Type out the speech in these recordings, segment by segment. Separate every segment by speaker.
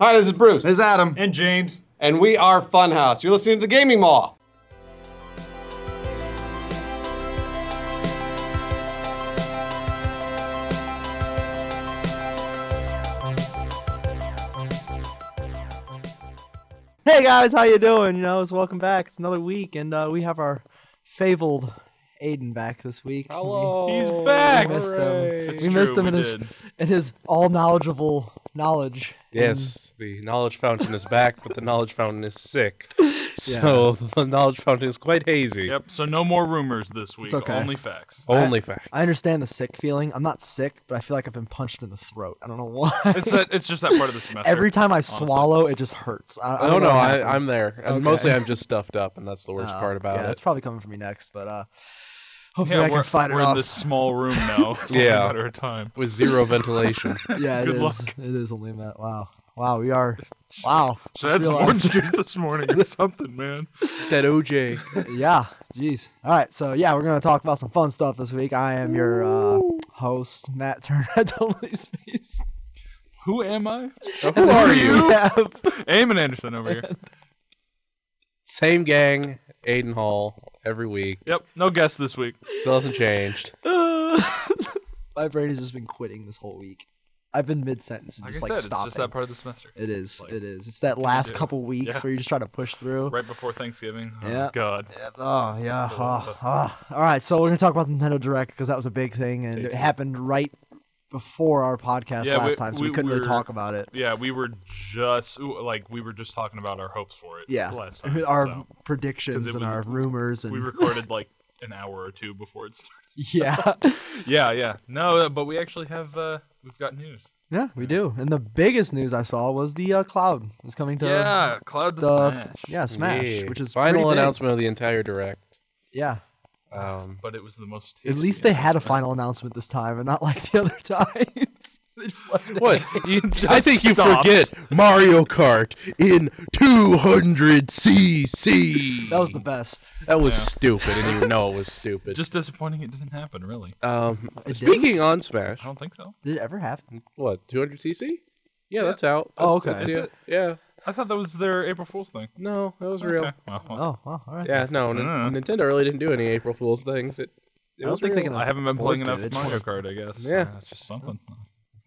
Speaker 1: Hi, this is Bruce.
Speaker 2: This is Adam.
Speaker 3: And James.
Speaker 1: and we are Funhouse. You're listening to The Gaming Mall.
Speaker 4: Hey guys, how you doing? You know, it's welcome back. It's another week, and uh, we have our fabled Aiden back this week. We-
Speaker 1: Hello.
Speaker 3: He's back!
Speaker 4: We Oh, missed him.
Speaker 3: It's
Speaker 4: we missed
Speaker 3: true,
Speaker 4: him in
Speaker 3: we
Speaker 4: his
Speaker 3: did.
Speaker 4: in his all knowledgeable knowledge.
Speaker 5: Yes, the knowledge fountain is back, but the knowledge fountain is sick. So the knowledge fountain is quite hazy.
Speaker 3: Yep. So no more rumors this week.
Speaker 4: okay.
Speaker 3: Only facts.
Speaker 5: Only fact.
Speaker 4: I understand the sick feeling. I'm not sick, but I feel like I've been punched in the throat. I don't know why.
Speaker 3: It's that. It's just that part of the semester.
Speaker 4: Every time I
Speaker 3: honestly.
Speaker 4: swallow, it just hurts. I, I
Speaker 5: I don't know.
Speaker 4: what
Speaker 5: I,
Speaker 4: happened.
Speaker 5: I'm there, and
Speaker 4: Okay.
Speaker 5: mostly I'm just stuffed up, and that's the worst
Speaker 4: Uh,
Speaker 5: part about
Speaker 4: yeah, It's
Speaker 5: it.
Speaker 4: probably coming for me next, but uh, hopefully
Speaker 3: Yeah,
Speaker 4: I
Speaker 3: we're,
Speaker 4: can fight it
Speaker 3: we're in
Speaker 4: off.
Speaker 3: this small room now. It's only
Speaker 5: Yeah.
Speaker 3: a matter of time.
Speaker 5: With zero ventilation.
Speaker 4: Yeah, it
Speaker 3: Good
Speaker 4: is.
Speaker 3: luck.
Speaker 4: It is only that. Wow, wow, we are. Wow.
Speaker 3: So
Speaker 4: Just
Speaker 3: that's orange
Speaker 4: realized.
Speaker 3: juice this morning or something, man.
Speaker 5: that OJ.
Speaker 4: yeah. Jeez. All right. So yeah, we're gonna talk about some fun stuff this week. I am your uh, host, Matt Turner at Totally Space.
Speaker 3: Who am I?
Speaker 5: Who are you?
Speaker 4: We have
Speaker 3: Eamon Anderson over here.
Speaker 5: Same gang, Aiden Hall, every week.
Speaker 3: Yep. No guests this week.
Speaker 5: Still hasn't changed.
Speaker 4: my brain has just been quitting this whole week. I've been mid sentence and
Speaker 3: Like
Speaker 4: just
Speaker 3: I
Speaker 4: like
Speaker 3: said, it's
Speaker 4: stopping.
Speaker 3: just that part of the semester.
Speaker 4: it is.
Speaker 3: like,
Speaker 4: it is. It's that last
Speaker 3: do.
Speaker 4: couple weeks
Speaker 3: Yeah.
Speaker 4: where you're just trying to push through.
Speaker 3: Right before Thanksgiving. Oh,
Speaker 4: Yeah.
Speaker 3: God.
Speaker 4: Oh yeah. Oh, oh. All right, so we're gonna talk about the Nintendo Direct because that was a big thing, and it
Speaker 3: Tasty.
Speaker 4: happened right before our podcast
Speaker 3: Yeah,
Speaker 4: last
Speaker 3: we-
Speaker 4: time, so we,
Speaker 3: we
Speaker 4: couldn't really
Speaker 3: were-
Speaker 4: talk about it.
Speaker 3: Yeah, we were just ooh, like we were just talking about our hopes for it.
Speaker 4: Yeah,
Speaker 3: Last time.
Speaker 4: our
Speaker 3: so.
Speaker 4: predictions
Speaker 3: 'Cause it
Speaker 4: and
Speaker 3: was-
Speaker 4: our rumors and
Speaker 3: we recorded like an hour or two before it started.
Speaker 4: yeah,
Speaker 3: Yeah, yeah. No, uh, but we actually have uh we've got news.
Speaker 4: yeah, we do. And the biggest news I saw was the uh, Cloud is coming to
Speaker 3: yeah, Cloud the,
Speaker 4: the
Speaker 3: Smash.
Speaker 4: yeah Smash,
Speaker 5: Yeah.
Speaker 4: which is pretty
Speaker 5: final
Speaker 4: big.
Speaker 5: announcement of the entire direct.
Speaker 4: Yeah,
Speaker 5: Um,
Speaker 3: But it was the most
Speaker 4: at
Speaker 3: tasty
Speaker 4: least they had a
Speaker 3: announcement.
Speaker 4: final announcement this time, and not like the other times. they just left it.
Speaker 5: what? You I think you
Speaker 3: stopped.
Speaker 5: forget Mario Kart in 200cc.
Speaker 4: That was the best.
Speaker 5: That was
Speaker 3: Yeah.
Speaker 5: stupid, and you know it was stupid.
Speaker 3: Just disappointing it didn't happen, really.
Speaker 5: um,
Speaker 4: It
Speaker 5: speaking
Speaker 4: didn't?
Speaker 5: on Smash,
Speaker 3: I don't think so.
Speaker 4: Did it ever happen?
Speaker 5: what 200cc? Yeah, that's out.
Speaker 4: Oh,
Speaker 5: That's-
Speaker 4: okay.
Speaker 5: that's
Speaker 3: That's
Speaker 5: it. Yeah,
Speaker 3: I thought that was their April Fool's thing.
Speaker 5: no, that was real.
Speaker 3: Okay. Well, well,
Speaker 4: Oh, wow, all right.
Speaker 5: Yeah, no, N-
Speaker 3: Mm.
Speaker 5: Nintendo really didn't do any April Fool's things. It,
Speaker 4: I
Speaker 5: it
Speaker 4: don't
Speaker 5: was
Speaker 4: think they
Speaker 5: real.
Speaker 4: can-
Speaker 3: I haven't been
Speaker 4: Oh, Boy,
Speaker 3: playing
Speaker 4: dude,
Speaker 3: enough
Speaker 4: it's-
Speaker 3: Mario Kart, I guess.
Speaker 5: Yeah.
Speaker 3: Uh, it's just something.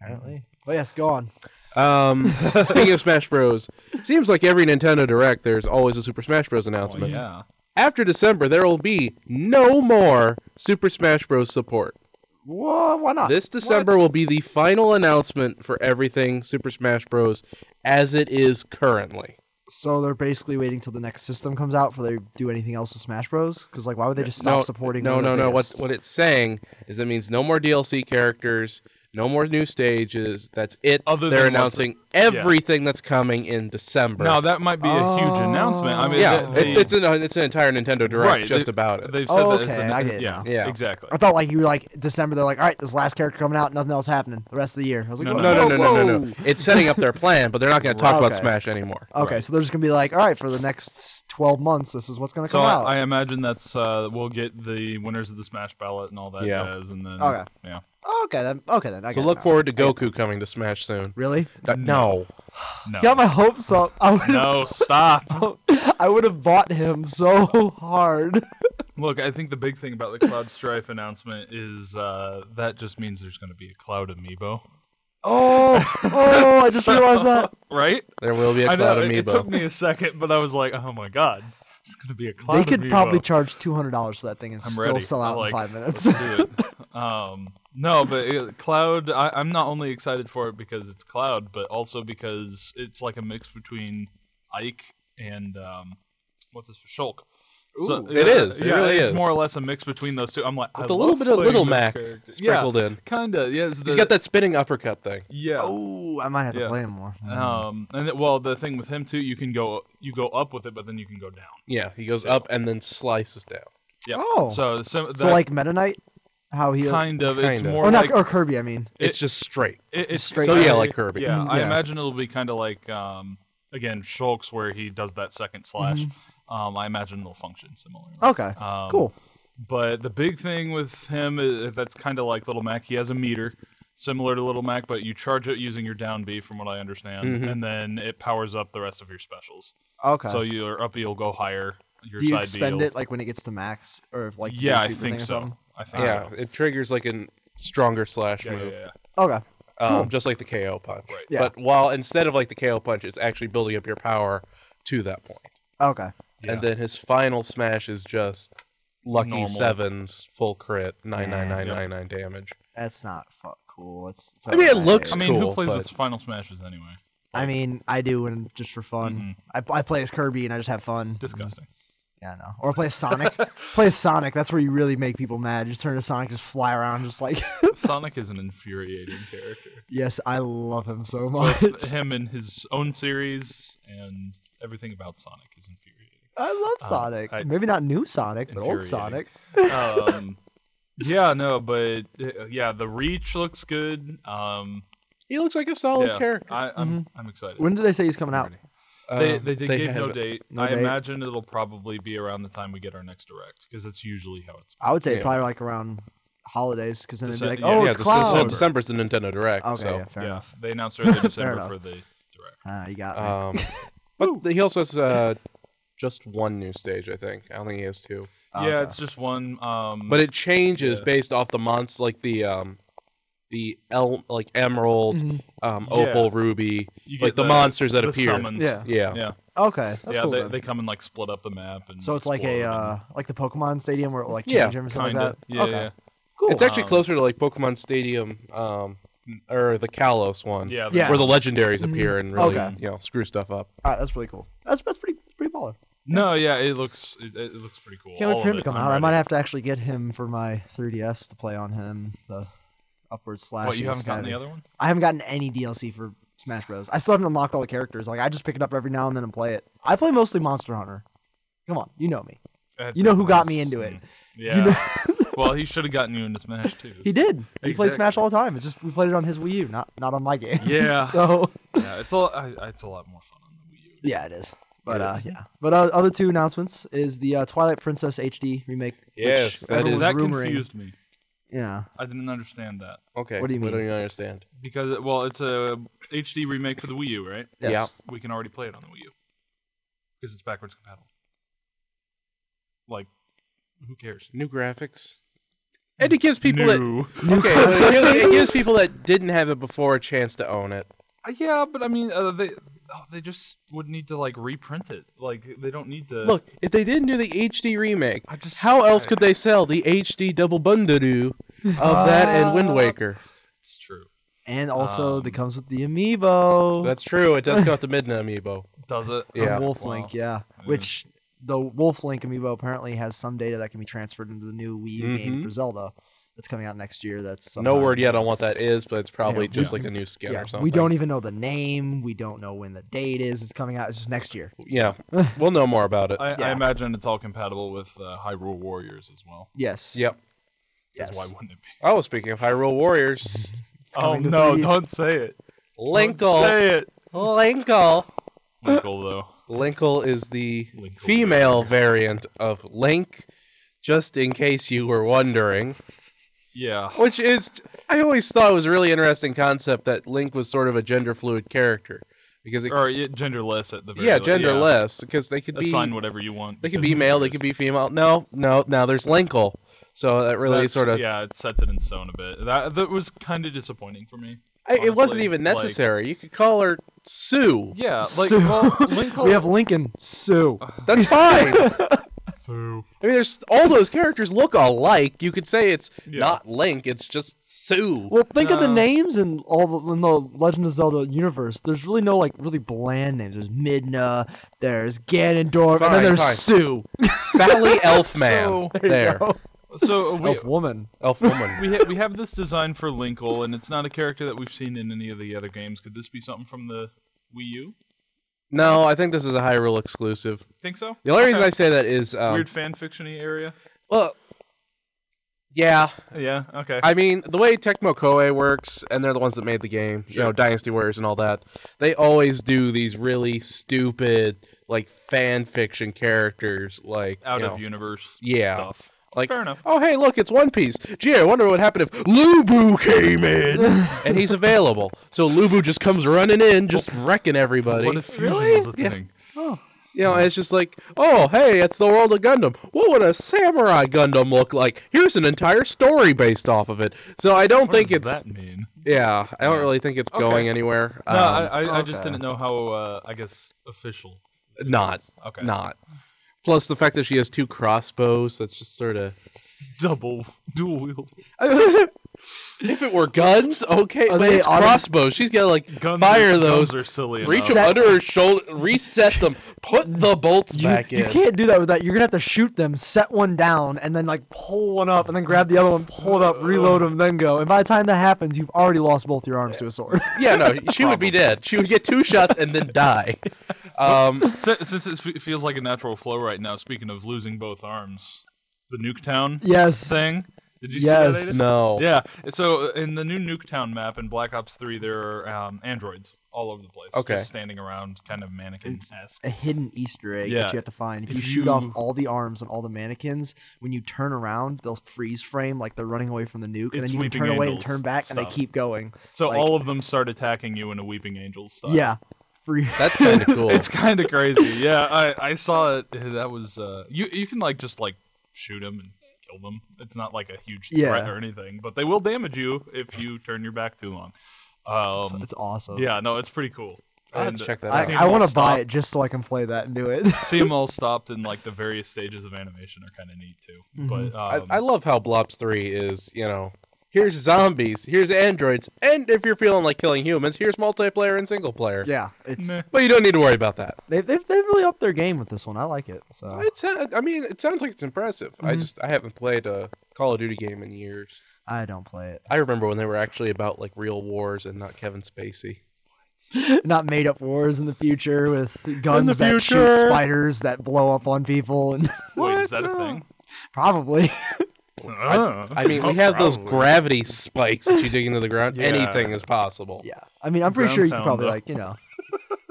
Speaker 4: Apparently. But yes, go on.
Speaker 5: Um, speaking of Smash Bros, seems like every Nintendo Direct, there's always a Super Smash Bros
Speaker 3: Oh,
Speaker 5: announcement.
Speaker 3: yeah.
Speaker 5: After December, there will be no more Super Smash Bros support.
Speaker 4: Whoa, why not?
Speaker 5: This December will be the final announcement for everything Super Smash Bros. as it is currently.
Speaker 4: So they're basically waiting till the next system comes out before they do anything else with Smash Bros. Because like, why would they just stop
Speaker 5: no,
Speaker 4: supporting?
Speaker 5: No,
Speaker 4: one of
Speaker 5: no,
Speaker 4: their
Speaker 5: no. What
Speaker 4: biggest-
Speaker 5: what it's saying is that means no more DLC characters, no more new stages. That's it.
Speaker 3: Other
Speaker 5: They're
Speaker 3: than what's-
Speaker 5: announcing everything that's coming in December.
Speaker 3: Now, that might be a huge announcement. I mean,
Speaker 5: yeah,
Speaker 3: they-
Speaker 5: it, it's an it's an entire Nintendo Direct
Speaker 3: Right,
Speaker 5: just
Speaker 3: they-
Speaker 5: about it.
Speaker 3: they've said that it's
Speaker 4: Okay,
Speaker 3: an,
Speaker 4: I get it
Speaker 3: yeah,
Speaker 4: now.
Speaker 5: Yeah.
Speaker 3: exactly.
Speaker 4: I thought like you were like December. They're like, all right, this last character coming out, nothing else happening the rest of the year. I was like,
Speaker 3: No,
Speaker 4: what?
Speaker 5: No, no, no, no, no,
Speaker 4: Whoa.
Speaker 5: no. It's setting up their plan, but they're not going to talk about
Speaker 4: Okay.
Speaker 5: Smash anymore.
Speaker 4: Okay, so they're just gonna be like, all right, for the next twelve months, this is what's gonna
Speaker 3: So
Speaker 4: come
Speaker 3: I,
Speaker 4: out.
Speaker 3: I imagine that's uh, we'll get the winners of the Smash ballot and all that
Speaker 5: Yeah.
Speaker 3: jazz, and then
Speaker 4: Okay.
Speaker 3: yeah,
Speaker 4: okay, then. Okay, then. I
Speaker 5: So
Speaker 4: get it
Speaker 5: look
Speaker 4: now.
Speaker 5: forward to Goku coming to Smash soon.
Speaker 4: Really?
Speaker 3: Mm.
Speaker 5: Uh, No.
Speaker 3: no,
Speaker 4: Got my hopes up. I would have.
Speaker 3: no, stop.
Speaker 4: I would have bought him so hard.
Speaker 3: Look, I think the big thing about the Cloud Strife announcement is uh, that just means there's going to be a Cloud Amiibo,
Speaker 4: Oh, oh! I just realized that.
Speaker 3: right?
Speaker 5: There will be a
Speaker 3: I know
Speaker 5: Cloud
Speaker 3: it- it took
Speaker 5: Amiibo.
Speaker 3: me a second, but I was like, oh my god, there's going to be a Cloud.
Speaker 4: They could
Speaker 3: Amiibo.
Speaker 4: probably charge two hundred dollars for that thing and
Speaker 3: I'm
Speaker 4: still
Speaker 3: ready.
Speaker 4: sell out
Speaker 3: I'm like,
Speaker 4: in five minutes.
Speaker 3: Let's do it. um, no, but it, Cloud, I, I'm not only excited for it because it's Cloud, but also because it's like a mix between Ike and um, what's this Shulk.
Speaker 5: Ooh. It is. It
Speaker 3: yeah,
Speaker 5: really
Speaker 3: it's
Speaker 5: is.
Speaker 3: more or less a mix between those two. I'm like, I
Speaker 5: With a little
Speaker 3: love
Speaker 5: bit of
Speaker 3: playing
Speaker 5: Little
Speaker 3: those
Speaker 5: Mac
Speaker 3: characters.
Speaker 5: sprinkled
Speaker 3: yeah,
Speaker 5: in.
Speaker 3: Kinda, yeah. it's
Speaker 5: He's
Speaker 3: the-
Speaker 5: got that spinning uppercut thing.
Speaker 3: Yeah.
Speaker 4: Oh, I might have to
Speaker 3: Yeah.
Speaker 4: play him more.
Speaker 3: Um, and it, well, the thing with him too, you can go you go up with it, but then you can go down.
Speaker 5: Yeah, he goes up and then slices down.
Speaker 3: Yeah.
Speaker 4: Oh.
Speaker 3: So so,
Speaker 4: so like Meta Knight, how he
Speaker 3: kind of it's
Speaker 5: Kinda.
Speaker 3: more
Speaker 4: or not
Speaker 3: like
Speaker 4: or Kirby, I mean.
Speaker 5: It's just straight.
Speaker 3: it- it's
Speaker 4: straight
Speaker 5: So, yeah,
Speaker 3: kinda-
Speaker 5: like Kirby.
Speaker 3: Yeah, I
Speaker 4: Yeah.
Speaker 3: imagine it'll be kind of like um again Shulk's where he does that second slash. Um, I imagine it'll function similarly.
Speaker 4: Okay,
Speaker 3: Um,
Speaker 4: Mm-hmm. Oh, cool.
Speaker 3: But the big thing with him is that's kind of like Little Mac. He has a meter, similar to Little Mac, but you charge it using your down B, from what I understand,
Speaker 5: Mhm.
Speaker 3: and then it powers up the rest of your specials.
Speaker 4: Okay.
Speaker 3: So your up B will go higher. Your
Speaker 4: Do you
Speaker 3: side B
Speaker 4: expend
Speaker 3: will-
Speaker 4: it like when it gets to max, or if like to do
Speaker 3: yeah,
Speaker 4: a
Speaker 3: I think
Speaker 4: super thing or
Speaker 3: so.
Speaker 4: something?
Speaker 3: I think
Speaker 5: Yeah,
Speaker 3: so.
Speaker 5: it triggers like a stronger slash
Speaker 3: Um, Yeah, yeah,
Speaker 5: move,
Speaker 3: yeah.
Speaker 4: Okay.
Speaker 5: Um, just like the KO punch.
Speaker 3: Right.
Speaker 4: Yeah.
Speaker 5: But while instead of like the KO punch, it's actually building up your power to that point.
Speaker 4: Okay.
Speaker 3: Yeah.
Speaker 5: And then his final smash is just lucky
Speaker 3: Normal.
Speaker 5: sevens, full crit, nine nine nine
Speaker 3: Yeah.
Speaker 5: nine nine damage.
Speaker 4: That's not fu- cool. It's, it's
Speaker 5: I mean, it
Speaker 4: alright.
Speaker 5: looks-
Speaker 3: I mean,
Speaker 5: cool,
Speaker 3: who plays
Speaker 5: but-
Speaker 3: with Final Smashes anyway?
Speaker 4: I mean, I do and just for
Speaker 5: Mm-hmm.
Speaker 4: fun. I, I play as Kirby and I just have fun.
Speaker 3: Disgusting.
Speaker 4: Yeah, I know. Or play as Sonic. play as Sonic. That's where you really make people mad. You just turn to Sonic, just fly around, just like.
Speaker 3: Sonic is an infuriating character.
Speaker 4: yes, I love him so much.
Speaker 3: Him and his own series and everything about Sonic is infuriating.
Speaker 4: I
Speaker 5: uh,
Speaker 4: love Sonic.
Speaker 3: I-
Speaker 4: Maybe not new Sonic, but old
Speaker 3: Infuriating.
Speaker 4: Sonic.
Speaker 3: um, yeah, no, but uh, yeah, the reach looks good. Um,
Speaker 5: He looks like a solid
Speaker 3: yeah,
Speaker 5: character.
Speaker 3: I, I'm I'm excited.
Speaker 4: Mm-hmm. When did they say he's coming out?
Speaker 3: Already. they
Speaker 5: Um,
Speaker 3: they, they, gave no
Speaker 5: have-
Speaker 3: date.
Speaker 4: No
Speaker 3: I
Speaker 4: date.
Speaker 3: imagine it'll probably be around the time we get our next direct because that's usually how it's.
Speaker 4: I would say
Speaker 5: Yeah.
Speaker 4: probably like around holidays, because then it'd be like,
Speaker 3: Decem- yeah,
Speaker 4: oh,
Speaker 5: yeah,
Speaker 4: it's
Speaker 5: this-
Speaker 4: Cloud.
Speaker 5: December. December's the Nintendo Direct.
Speaker 4: Okay,
Speaker 5: so
Speaker 4: yeah, fair
Speaker 3: yeah,
Speaker 4: enough.
Speaker 3: they announced early
Speaker 4: enough.
Speaker 3: December for the direct.
Speaker 4: Ah, you got me.
Speaker 5: Um, but he also has uh, just one new stage, I think. I don't think he has two.
Speaker 4: Oh,
Speaker 3: Yeah,
Speaker 4: okay.
Speaker 3: it's just one. Um,
Speaker 5: But it changes
Speaker 3: Yeah.
Speaker 5: based off the months, like the um, the el- like emerald, um,
Speaker 3: Mm-hmm. Yeah.
Speaker 5: opal, ruby,
Speaker 3: You
Speaker 5: like
Speaker 3: get
Speaker 5: the, monsters that
Speaker 3: the
Speaker 5: appear.
Speaker 3: summons.
Speaker 4: Yeah.
Speaker 5: Yeah.
Speaker 3: yeah,
Speaker 4: Okay, that's
Speaker 3: yeah.
Speaker 4: cool.
Speaker 3: they,
Speaker 4: then.
Speaker 3: they come and like split up the map and.
Speaker 4: so it's like a
Speaker 3: explore and
Speaker 4: uh, like the Pokemon Stadium where it will, like change
Speaker 5: Yeah,
Speaker 4: him or something
Speaker 3: kinda.
Speaker 4: like that.
Speaker 3: Yeah,
Speaker 4: okay,
Speaker 3: yeah.
Speaker 4: cool.
Speaker 5: It's actually
Speaker 3: Um,
Speaker 5: closer to like Pokemon Stadium, um, or the Kalos one.
Speaker 3: Yeah, Mm-hmm.
Speaker 4: Yeah.
Speaker 5: Where the legendaries appear and really,
Speaker 4: Okay.
Speaker 5: you know, screw stuff up.
Speaker 4: Alright, that's really cool. That's that's pretty pretty baller.
Speaker 3: No, yeah, it looks it, it looks pretty cool.
Speaker 4: Can't wait
Speaker 3: All
Speaker 4: for
Speaker 3: of
Speaker 4: him to
Speaker 3: it,
Speaker 4: come
Speaker 3: I'm
Speaker 4: out. I
Speaker 3: ready.
Speaker 4: might have to actually get him for my 3DS to play on him. The upward slash.
Speaker 3: What you
Speaker 4: and
Speaker 3: haven't gotten the
Speaker 4: stabbing.
Speaker 3: other ones?
Speaker 4: I haven't gotten any DLC for Smash Bros. I still haven't unlocked all the characters. Like I just pick it up every now and then and play it. I play mostly Monster Hunter. Come on, you know me.
Speaker 3: That
Speaker 4: You know who got
Speaker 3: was-
Speaker 4: me into it.
Speaker 3: Yeah. well, he should have gotten you into Smash too.
Speaker 4: He did. He played Smash
Speaker 3: Exactly.
Speaker 4: all the time. It's just we played it on his Wii U, not not on my game.
Speaker 3: Yeah.
Speaker 4: so
Speaker 3: Yeah, it's a I, it's a lot more fun on the Wii U.
Speaker 4: yeah, it is. But
Speaker 5: It
Speaker 4: uh,
Speaker 5: is.
Speaker 4: yeah. But uh, other two announcements is the uh, Twilight Princess HD remake. which
Speaker 5: Yes, that
Speaker 4: everyone
Speaker 5: is-
Speaker 4: was
Speaker 3: that
Speaker 4: rumoring.
Speaker 3: confused me.
Speaker 4: Yeah.
Speaker 3: I didn't understand that
Speaker 5: Okay.
Speaker 4: What do you
Speaker 5: I
Speaker 4: mean?
Speaker 5: don't understand.
Speaker 3: because well, it's a HD remake for the Wii U, right?
Speaker 5: Yeah.
Speaker 4: Yes.
Speaker 3: We can already play it on the Wii U because it's backwards compatible. Like, who cares?
Speaker 5: New graphics. And it gives people that
Speaker 3: New.
Speaker 5: okay, but it gives, it gives people that didn't have it before a chance to own it.
Speaker 3: Uh, yeah, but I mean, uh, they oh, they just would need to like reprint it. Like, they don't need to
Speaker 5: Look, if they didn't do the HD remake,
Speaker 3: I just-
Speaker 5: how else
Speaker 3: I-
Speaker 5: could they sell the HD double bundadoo of that and Wind Waker?
Speaker 3: Uh, It's true.
Speaker 4: And also, that
Speaker 3: Um,
Speaker 4: comes with the amiibo.
Speaker 5: That's true. It does come with the Midna amiibo.
Speaker 3: Does it?
Speaker 4: From
Speaker 5: Yeah.
Speaker 4: Wolf
Speaker 3: Wow.
Speaker 4: Link, yeah. Which the Wolf Link amiibo apparently has some data that can be transferred into the new Wii U game
Speaker 5: Mhm.
Speaker 4: for Zelda that's coming out next year. That's
Speaker 5: No
Speaker 4: sometime-
Speaker 5: word yet on what that is, but it's probably
Speaker 4: Yeah, we-
Speaker 5: just like a new skin
Speaker 4: Yeah,
Speaker 5: or something.
Speaker 4: we don't even know the name. We don't know when the date is. It's coming out. It's just next year.
Speaker 5: Yeah, we'll know more about it.
Speaker 3: I,
Speaker 4: Yeah.
Speaker 3: I imagine it's all compatible with uh, Hyrule Warriors as well.
Speaker 4: Yes.
Speaker 5: yep.
Speaker 3: 'Cause
Speaker 4: Yes.
Speaker 3: Why wouldn't it be?
Speaker 5: Oh, speaking of Hyrule Warriors,
Speaker 3: Oh
Speaker 4: coming to
Speaker 3: no!
Speaker 4: 3D.
Speaker 3: Don't say it. Don't
Speaker 5: Linkle,
Speaker 3: say it.
Speaker 5: Linkle,
Speaker 3: Linkle though.
Speaker 5: Linkle is the
Speaker 3: Linkle
Speaker 5: female variant of Link. Just in case you were wondering.
Speaker 3: Yeah.
Speaker 5: which is I always thought it was a really interesting concept that Link was sort of a gender fluid character because it,
Speaker 3: Or yeah, genderless at the very
Speaker 5: yeah
Speaker 3: least. Er, Yeah.
Speaker 5: genderless because they could be
Speaker 3: Assign whatever you want.
Speaker 5: they could
Speaker 3: because
Speaker 5: be
Speaker 3: who
Speaker 5: male they could
Speaker 3: cares?
Speaker 5: be female no no now there's Linkle so that really
Speaker 3: That's-
Speaker 5: sort of
Speaker 3: Yeah, it sets it in stone a bit. That that was kind of disappointing for me.
Speaker 5: I, it wasn't
Speaker 3: honestly.
Speaker 5: even
Speaker 3: Like,
Speaker 5: necessary you could call her Sue
Speaker 3: yeah, like
Speaker 4: Sue.
Speaker 3: well, Linkle.
Speaker 4: we have Lincoln Sue.
Speaker 5: that's fine I
Speaker 3: Sue.
Speaker 5: mean there's all those characters look alike you could say it's
Speaker 3: Yeah.
Speaker 5: not Link it's just Sue
Speaker 4: Well, think of the
Speaker 3: No.
Speaker 4: names in all the, in the Legend of Zelda universe. There's really no like really bland names. There's Midna. There's Ganondorf, and
Speaker 5: Fine,
Speaker 4: then there's
Speaker 5: fine.
Speaker 4: Sue.
Speaker 5: Sally
Speaker 3: So-
Speaker 5: Elfman there
Speaker 3: So uh, we
Speaker 4: Elf woman.
Speaker 5: Elf woman
Speaker 3: we ha- we have this design for Linkle, and it's not a character that we've seen in any of the other games. Could this be something from the Wii U?
Speaker 5: no I think this is a Hyrule exclusive
Speaker 3: Think so?
Speaker 5: the only
Speaker 3: Okay.
Speaker 5: reason I say that is um,
Speaker 3: weird fan fictiony area.
Speaker 5: Well, yeah.
Speaker 3: Yeah. Okay.
Speaker 5: I mean, the way Tecmo Koei works, and they're the ones that made the game, you know, Dynasty Warriors and all that. They always do these really stupid, like fan fiction characters, like you
Speaker 3: Out of
Speaker 5: know-
Speaker 3: universe
Speaker 5: Yeah.
Speaker 3: stuff.
Speaker 5: Like,
Speaker 3: Fair enough.
Speaker 5: oh hey, look, it's One Piece. Gee, I wonder what happened if Lubu came in and he's available. So Lubu just comes running in, just wrecking everybody.
Speaker 3: What if fusion
Speaker 5: Really?
Speaker 3: was a
Speaker 5: Yeah.
Speaker 3: thing?
Speaker 5: You know, and it's just like, oh, hey, it's the world of Gundam. What would a samurai Gundam look like? Here's an entire story based off of it. So I don't
Speaker 3: What
Speaker 5: think
Speaker 3: does
Speaker 5: it's
Speaker 3: that mean?
Speaker 5: yeah, I don't really think it's
Speaker 3: Okay.
Speaker 5: going anywhere.
Speaker 3: no, I,
Speaker 5: Um,
Speaker 3: I, I just
Speaker 4: okay.
Speaker 3: didn't know how. Uh, I guess official. it
Speaker 5: not,
Speaker 3: was. okay.
Speaker 5: not. Plus the fact that she has two crossbows, that's just sort of.
Speaker 3: double dual wield
Speaker 5: if it were guns, okay,
Speaker 4: Are
Speaker 5: but
Speaker 4: they
Speaker 5: it's
Speaker 4: auto-
Speaker 5: crossbows. She's got to like
Speaker 3: guns.
Speaker 5: fire
Speaker 3: are,
Speaker 5: those,
Speaker 3: guns are silly.
Speaker 5: reach
Speaker 3: enough.
Speaker 5: them under her shoulder, reset them, put the bolts
Speaker 4: You,
Speaker 5: back
Speaker 4: you
Speaker 5: in.
Speaker 4: can't do that with that. You're gonna have to shoot them, set one down, and then like pull one up, and then grab the other one, pull it up, reload them, then go. And by the time that happens, you've already lost both your arms to a sword.
Speaker 5: Yeah, no, she would be dead. She would get two shots and then die. Um,
Speaker 3: Si- Since it fe- feels like a natural flow right now. Speaking of losing both arms, the Nuketown
Speaker 4: yes.
Speaker 3: thing. Did you see that?
Speaker 4: Yes.
Speaker 3: Aiden?
Speaker 5: no.
Speaker 3: Yeah. So uh, in the new Nuketown map in Black Ops 3, there are um, androids all over the place.
Speaker 5: Okay.
Speaker 3: Just standing around, kind of mannequin esque.
Speaker 4: a hidden Easter egg
Speaker 3: Yeah.
Speaker 4: that you have to find. If
Speaker 3: If
Speaker 4: you, shoot off
Speaker 3: you-
Speaker 4: all the arms and all the mannequins, when you turn around, they'll freeze frame like they're running away from the
Speaker 3: It's
Speaker 4: nuke, and then you can
Speaker 3: Weeping
Speaker 4: turn away and
Speaker 3: Angels
Speaker 4: turn back, and they
Speaker 3: stuff.
Speaker 4: keep going.
Speaker 3: So
Speaker 4: like-
Speaker 3: all of them start attacking you in a Weeping Angel style.
Speaker 4: Yeah, free.
Speaker 5: That's kind of cool.
Speaker 3: It's kind of crazy. Yeah. I, I saw it. That was. Uh, you, you can, like, just, like, shoot them and kill them. It's not, like, a huge threat
Speaker 4: Yeah.
Speaker 3: or anything, but they will damage you if you turn your back too long.
Speaker 4: It's,
Speaker 3: Um,
Speaker 4: it's awesome.
Speaker 3: yeah. No, it's pretty cool.
Speaker 5: I'll have
Speaker 3: And
Speaker 5: to check that
Speaker 4: I,
Speaker 5: out.
Speaker 3: seeing
Speaker 4: I
Speaker 3: them
Speaker 4: want
Speaker 3: all
Speaker 4: to buy
Speaker 3: stop-
Speaker 4: it just so I can play that and do it.
Speaker 3: See them all stopped in like the various stages of animation are kind of neat too. But um,
Speaker 5: I, I love how Blobs 3 is, you know, here's zombies, here's androids, and if you're feeling like killing humans, here's multiplayer and single player.
Speaker 4: yeah, it's
Speaker 3: Meh.
Speaker 5: But you don't need to worry about that.
Speaker 4: they, they've they've really upped their game with this one. I like it. So
Speaker 5: It's, uh, I mean, it sounds like it's impressive. I just, I haven't played a Call of Duty game in years.
Speaker 4: I don't play
Speaker 5: I remember when they were actually about like real wars and not Kevin Spacey.
Speaker 4: it. Not made up wars in the future with guns that shoot
Speaker 5: future.
Speaker 4: spiders that blow up on people and
Speaker 3: wait, is that a thing?
Speaker 4: probably.
Speaker 5: uh, I mean, we have those gravity spikes that you dig into the ground.
Speaker 3: Yeah.
Speaker 5: Anything is possible.
Speaker 4: Yeah. I mean, I'm pretty
Speaker 3: Ground
Speaker 4: sure you could
Speaker 3: pound,
Speaker 4: probably,
Speaker 3: though.
Speaker 4: like, you know,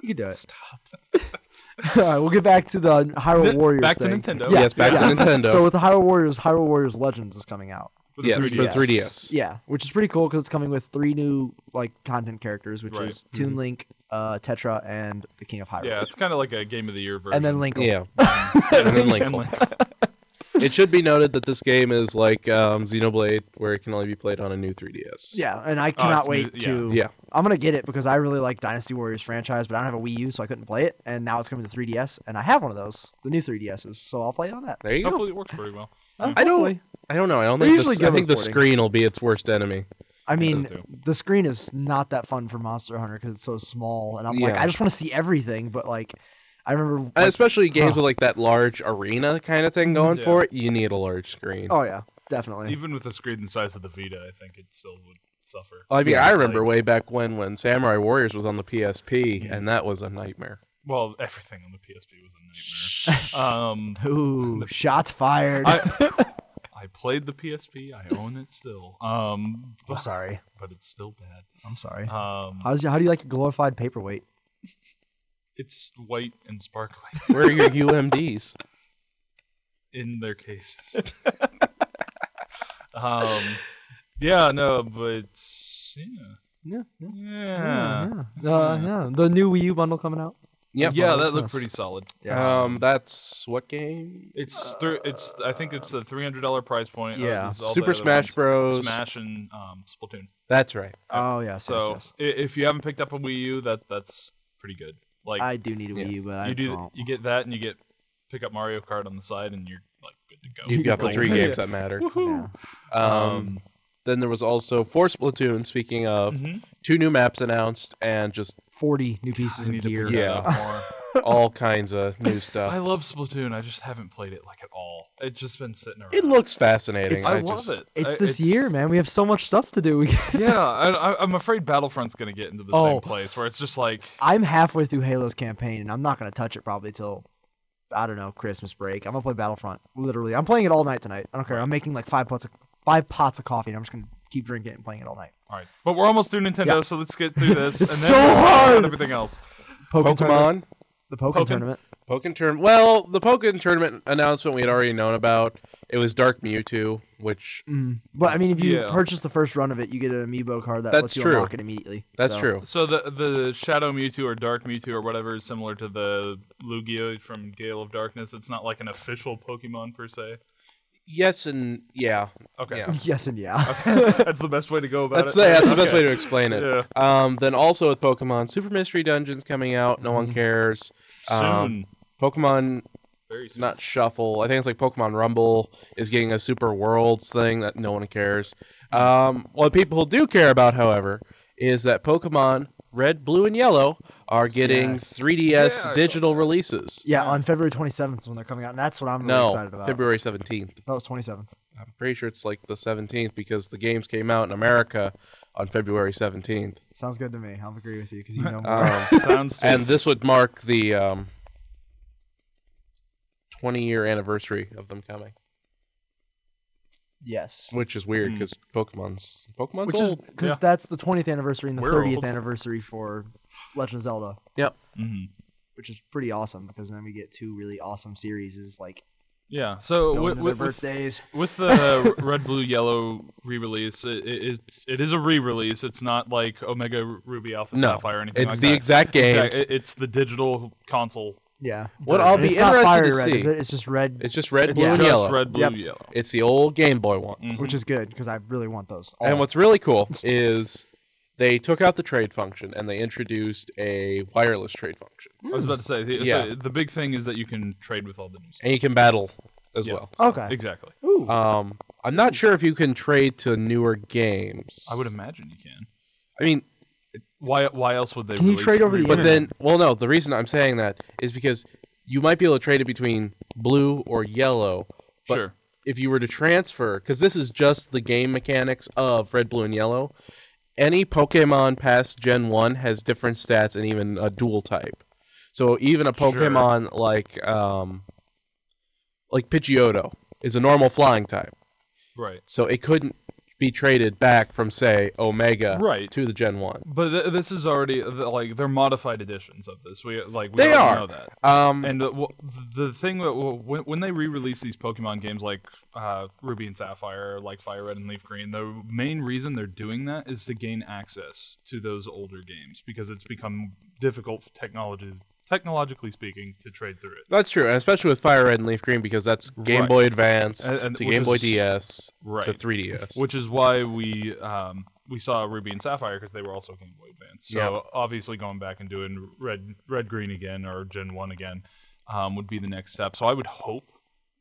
Speaker 4: you could do it. Stop. All right, we'll get back to the Hyrule
Speaker 3: N-
Speaker 4: Warriors.
Speaker 3: back to
Speaker 4: thing.
Speaker 3: Nintendo.
Speaker 4: Yeah,
Speaker 5: Yes, back
Speaker 4: yeah.
Speaker 5: to Nintendo.
Speaker 4: So with the Hyrule Warriors, Hyrule Warriors Legends is coming out.
Speaker 3: For the
Speaker 5: yes,
Speaker 3: 3DS.
Speaker 5: for 3DS.
Speaker 4: Yeah, which is pretty cool because it's coming with three new like content characters, which
Speaker 3: Right. Mm-hmm.
Speaker 4: is Toon Link, uh, Tetra, and the King of Hyrule.
Speaker 3: Yeah, it's kind of like a game of the year version.
Speaker 4: and then Link.
Speaker 5: Yeah.
Speaker 3: And
Speaker 5: and then
Speaker 3: Link.
Speaker 5: Link. It should be noted that this game is like um, Xenoblade, where it can only be played on a new 3DS.
Speaker 4: Yeah, and I cannot
Speaker 3: it's
Speaker 4: wait
Speaker 3: new-
Speaker 4: to.
Speaker 5: yeah. Yeah.
Speaker 4: I'm gonna get it because I really like Dynasty Warriors franchise, but I don't have a Wii U, so I couldn't play it. And now it's coming to 3DS, and I have one of those, the new 3DSs, so I'll play it on that.
Speaker 5: There you go.
Speaker 3: Hopefully, it works pretty well.
Speaker 5: I don't.
Speaker 4: Hopefully.
Speaker 5: I don't know. I don't
Speaker 4: They're
Speaker 5: think.
Speaker 4: usually
Speaker 5: The, I
Speaker 4: good
Speaker 5: think the
Speaker 4: with porting.
Speaker 5: screen will be its worst enemy.
Speaker 4: I mean,
Speaker 3: too.
Speaker 4: the screen is not that fun for Monster Hunter because it's so small, and I'm like,
Speaker 5: Yeah.
Speaker 4: I just want to see everything. But like, I remember,
Speaker 5: And
Speaker 4: like-
Speaker 5: especially games
Speaker 4: Huh.
Speaker 5: with like that large arena kind of thing going
Speaker 3: Yeah.
Speaker 5: for it. You need a large screen.
Speaker 4: oh yeah, definitely.
Speaker 3: Even with the screen the size of the Vita, I think it still would suffer.
Speaker 5: I mean,
Speaker 3: Yeah,
Speaker 5: I remember
Speaker 3: like-
Speaker 5: way back when when Samurai Warriors was on the PSP, and that was a nightmare.
Speaker 3: well, everything on the PSP was a nightmare. um,
Speaker 4: Ooh, shots fired. I,
Speaker 3: I, I played the PSP. I own it still. Um,
Speaker 4: am
Speaker 3: but,
Speaker 4: sorry.
Speaker 3: but it's still bad.
Speaker 4: I'm sorry.
Speaker 3: Um,
Speaker 4: How's your, how do you like your glorified paperweight?
Speaker 3: it's white and sparkling
Speaker 5: Where are your UMDs?
Speaker 3: in their cases. um, yeah, no, but yeah,
Speaker 4: Yeah, yeah,
Speaker 3: yeah,
Speaker 4: yeah. Uh, yeah. The new Wii U bundle coming out.
Speaker 5: Yep.
Speaker 3: yeah.
Speaker 4: well,
Speaker 3: That
Speaker 4: that's
Speaker 3: looked
Speaker 4: nice.
Speaker 3: pretty solid.
Speaker 5: Um, that's what game?
Speaker 3: It's thr it's I think it's a three hundred dollar price point. uh,
Speaker 4: yeah.
Speaker 3: there's all the
Speaker 5: Super
Speaker 3: other
Speaker 5: Smash
Speaker 3: ones.
Speaker 5: Bros.
Speaker 3: Smash and um, Splatoon.
Speaker 5: That's right.
Speaker 4: Oh yes, yes,
Speaker 3: So
Speaker 4: yes.
Speaker 3: i if you haven't picked up a Wii U, that that's pretty good. Like
Speaker 4: I do need a
Speaker 5: yeah.
Speaker 4: Wii U, but I
Speaker 3: you do
Speaker 4: don't.
Speaker 3: you get that and you get pick up Mario Kart on the side and you're like good to go.
Speaker 5: You got the
Speaker 4: Yeah.
Speaker 5: three games that matter.
Speaker 3: Woohoo!
Speaker 5: Um, Mm-hmm. then there was also for Splatoon. Speaking of,
Speaker 3: Mhm.
Speaker 5: two new maps announced and just
Speaker 4: Forty new pieces
Speaker 3: I need
Speaker 4: of
Speaker 3: to
Speaker 4: gear.
Speaker 3: pick that
Speaker 5: Yeah.
Speaker 3: up more.
Speaker 5: all kinds of new
Speaker 3: I
Speaker 5: stuff.
Speaker 3: love Splatoon. I just haven't played it like at all. It's just been sitting around.
Speaker 5: It looks fascinating.
Speaker 4: It's-
Speaker 3: I,
Speaker 5: just-
Speaker 3: love it.
Speaker 4: It's
Speaker 3: I-
Speaker 4: this year, man. We have so much stuff to do. We-
Speaker 3: Yeah, I, I, I'm afraid Battlefront's gonna get into the
Speaker 4: Oh.
Speaker 3: same place where it's just like
Speaker 4: I'm halfway through Halo's campaign, and I'm not gonna touch it probably till I don't know Christmas break. I'm gonna play Battlefront. Literally, I'm playing it all night tonight. I don't care. I'm making like five pots of five pots of coffee, and I'm just gonna keep drinking it and playing it all night.
Speaker 3: all right. But we're almost through Nintendo,
Speaker 4: Yeah.
Speaker 3: so let's get through this.
Speaker 4: It's
Speaker 3: and then
Speaker 4: so
Speaker 3: we'll talk about
Speaker 4: hard!
Speaker 3: Everything else.
Speaker 4: tournament-
Speaker 5: Pokemon.
Speaker 4: the Pokemon
Speaker 3: Pokken.
Speaker 4: tournament.
Speaker 5: Pokemon tournament. Well, the Pokemon tournament announcement we had already known about. It was Dark Mewtwo, which
Speaker 4: Mm. But I mean, if you
Speaker 3: Yeah.
Speaker 4: purchase the first run of it, you get an amiibo card that
Speaker 5: That's
Speaker 4: lets you
Speaker 5: true.
Speaker 4: unlock it immediately.
Speaker 5: that's
Speaker 4: So-
Speaker 5: true.
Speaker 3: So the the Shadow Mewtwo or Dark Mewtwo or whatever is similar to the Lugia from Gale of Darkness. It's not like an official Pokemon per se.
Speaker 5: Yes and yeah.
Speaker 3: Okay,
Speaker 5: Yeah.
Speaker 4: Yes and yeah.
Speaker 3: that's the best way to go about
Speaker 5: That's
Speaker 3: it.
Speaker 5: the, that's the best
Speaker 3: Okay.
Speaker 5: way to explain it.
Speaker 3: Yeah.
Speaker 5: Um, then also with Pokemon Super Mystery Dungeons coming out, no
Speaker 3: Mm-hmm.
Speaker 5: one cares.
Speaker 3: Soon,
Speaker 5: Um, Pokemon
Speaker 3: very soon.
Speaker 5: not Shuffle. I think it's like Pokemon Rumble is getting a Super Worlds thing that no one cares. Um, what people who do care about, however, is that Pokemon Red, Blue, and Yellow are getting
Speaker 4: Yes.
Speaker 5: 3DS
Speaker 3: Yeah, I saw
Speaker 5: digital releases.
Speaker 4: yeah, on February 27th is when they're coming out, and that's what I'm really
Speaker 5: No,
Speaker 4: excited about.
Speaker 5: February 17th.
Speaker 4: That was 27th.
Speaker 5: I'm pretty sure it's like the 17th because the games came out in America on February 17th.
Speaker 4: Sounds good to me. I'll agree with you because you know more.
Speaker 5: Um,
Speaker 3: Sounds
Speaker 5: and
Speaker 3: tasty.
Speaker 5: this would mark the um, 20 year anniversary of them coming,
Speaker 4: yes.
Speaker 5: which is
Speaker 3: Hmm.
Speaker 5: weird because Pokemon's Pokemon's
Speaker 4: Which is
Speaker 5: old.
Speaker 4: because
Speaker 3: yeah.
Speaker 4: that's the 20th anniversary and the
Speaker 3: We're
Speaker 4: 30th
Speaker 3: old.
Speaker 4: anniversary for Legend of Zelda,
Speaker 5: Yep.
Speaker 3: Mhm.
Speaker 4: which is pretty awesome because then we get two really awesome series is like
Speaker 3: yeah. So
Speaker 4: going
Speaker 3: with,
Speaker 4: to
Speaker 3: with,
Speaker 4: their
Speaker 3: with
Speaker 4: birthdays.
Speaker 3: with the red blue yellow re-release it, it, it's it is a re-release it's not like omega ruby alpha
Speaker 5: No,
Speaker 3: sapphire or anything
Speaker 5: It's
Speaker 3: like
Speaker 5: the
Speaker 3: that.
Speaker 5: exact game.
Speaker 3: Exact- it- it's the digital console
Speaker 4: Yeah.
Speaker 5: What I'll
Speaker 4: And
Speaker 5: be
Speaker 4: it's not
Speaker 5: interested
Speaker 4: fiery
Speaker 5: to
Speaker 4: red, is
Speaker 5: see.
Speaker 4: it? It's just red,
Speaker 5: It's just red,
Speaker 3: it's
Speaker 5: blue, and
Speaker 3: just
Speaker 5: yellow.
Speaker 3: red blue
Speaker 4: Yep.
Speaker 3: yellow
Speaker 5: It's the old Game Boy one.
Speaker 3: Mhm.
Speaker 4: which is good because I really want those. all.
Speaker 5: And what's really cool is they took out the trade function and they introduced a wireless trade function,
Speaker 3: Mm-hmm. i was about to say the, so
Speaker 5: Yeah.
Speaker 3: the big thing is that you can trade with all the new stuff.
Speaker 5: and you can battle as
Speaker 3: Yeah.
Speaker 5: well.
Speaker 4: okay.
Speaker 3: exactly
Speaker 4: Ooh.
Speaker 5: Um, I'm not sure if you can trade to newer games.
Speaker 3: i would imagine you can
Speaker 5: I mean,
Speaker 3: why why else would they
Speaker 4: Can you
Speaker 3: release
Speaker 4: trade over the
Speaker 3: re-
Speaker 5: But
Speaker 4: internet?
Speaker 5: then, well, no. The reason I'm saying that is because you might be able to trade it between blue or yellow. But
Speaker 3: sure
Speaker 5: if you were to transfer, because this is just the game mechanics of red, blue, and yellow, any Pokemon past Gen One has different stats and even a dual type. So even a
Speaker 3: Sure.
Speaker 5: Pokemon like um, like Pidgeotto is a normal flying type,
Speaker 3: right
Speaker 5: so it couldn't be traded back from say Omega
Speaker 3: Right.
Speaker 5: to the Gen One.
Speaker 3: but th- this is already uh, the- like they're modified editions of this we like we
Speaker 5: They
Speaker 3: already
Speaker 5: are.
Speaker 3: know that
Speaker 5: Um,
Speaker 3: And uh, w- the thing that w- when, when they re-release these Pokemon games like uh, Ruby and Sapphire, like Fire Red and Leaf Green, the main reason they're doing that is to gain access to those older games because it's become difficult technology, technologically speaking, to trade through it.
Speaker 5: That's true, and especially with Fire Red and Leaf Green because that's Game
Speaker 3: Right.
Speaker 5: Boy Advance
Speaker 3: And- and-
Speaker 5: to
Speaker 3: which
Speaker 5: Game Boy
Speaker 3: is-
Speaker 5: DS to
Speaker 3: Right.
Speaker 5: 3DS.
Speaker 3: Which is why we um, we saw Ruby and Sapphire because they were also Game Boy Advance. So
Speaker 5: Yeah.
Speaker 3: obviously, going back and doing Red Red Green again or Gen One again um, would be the next step. So I would hope.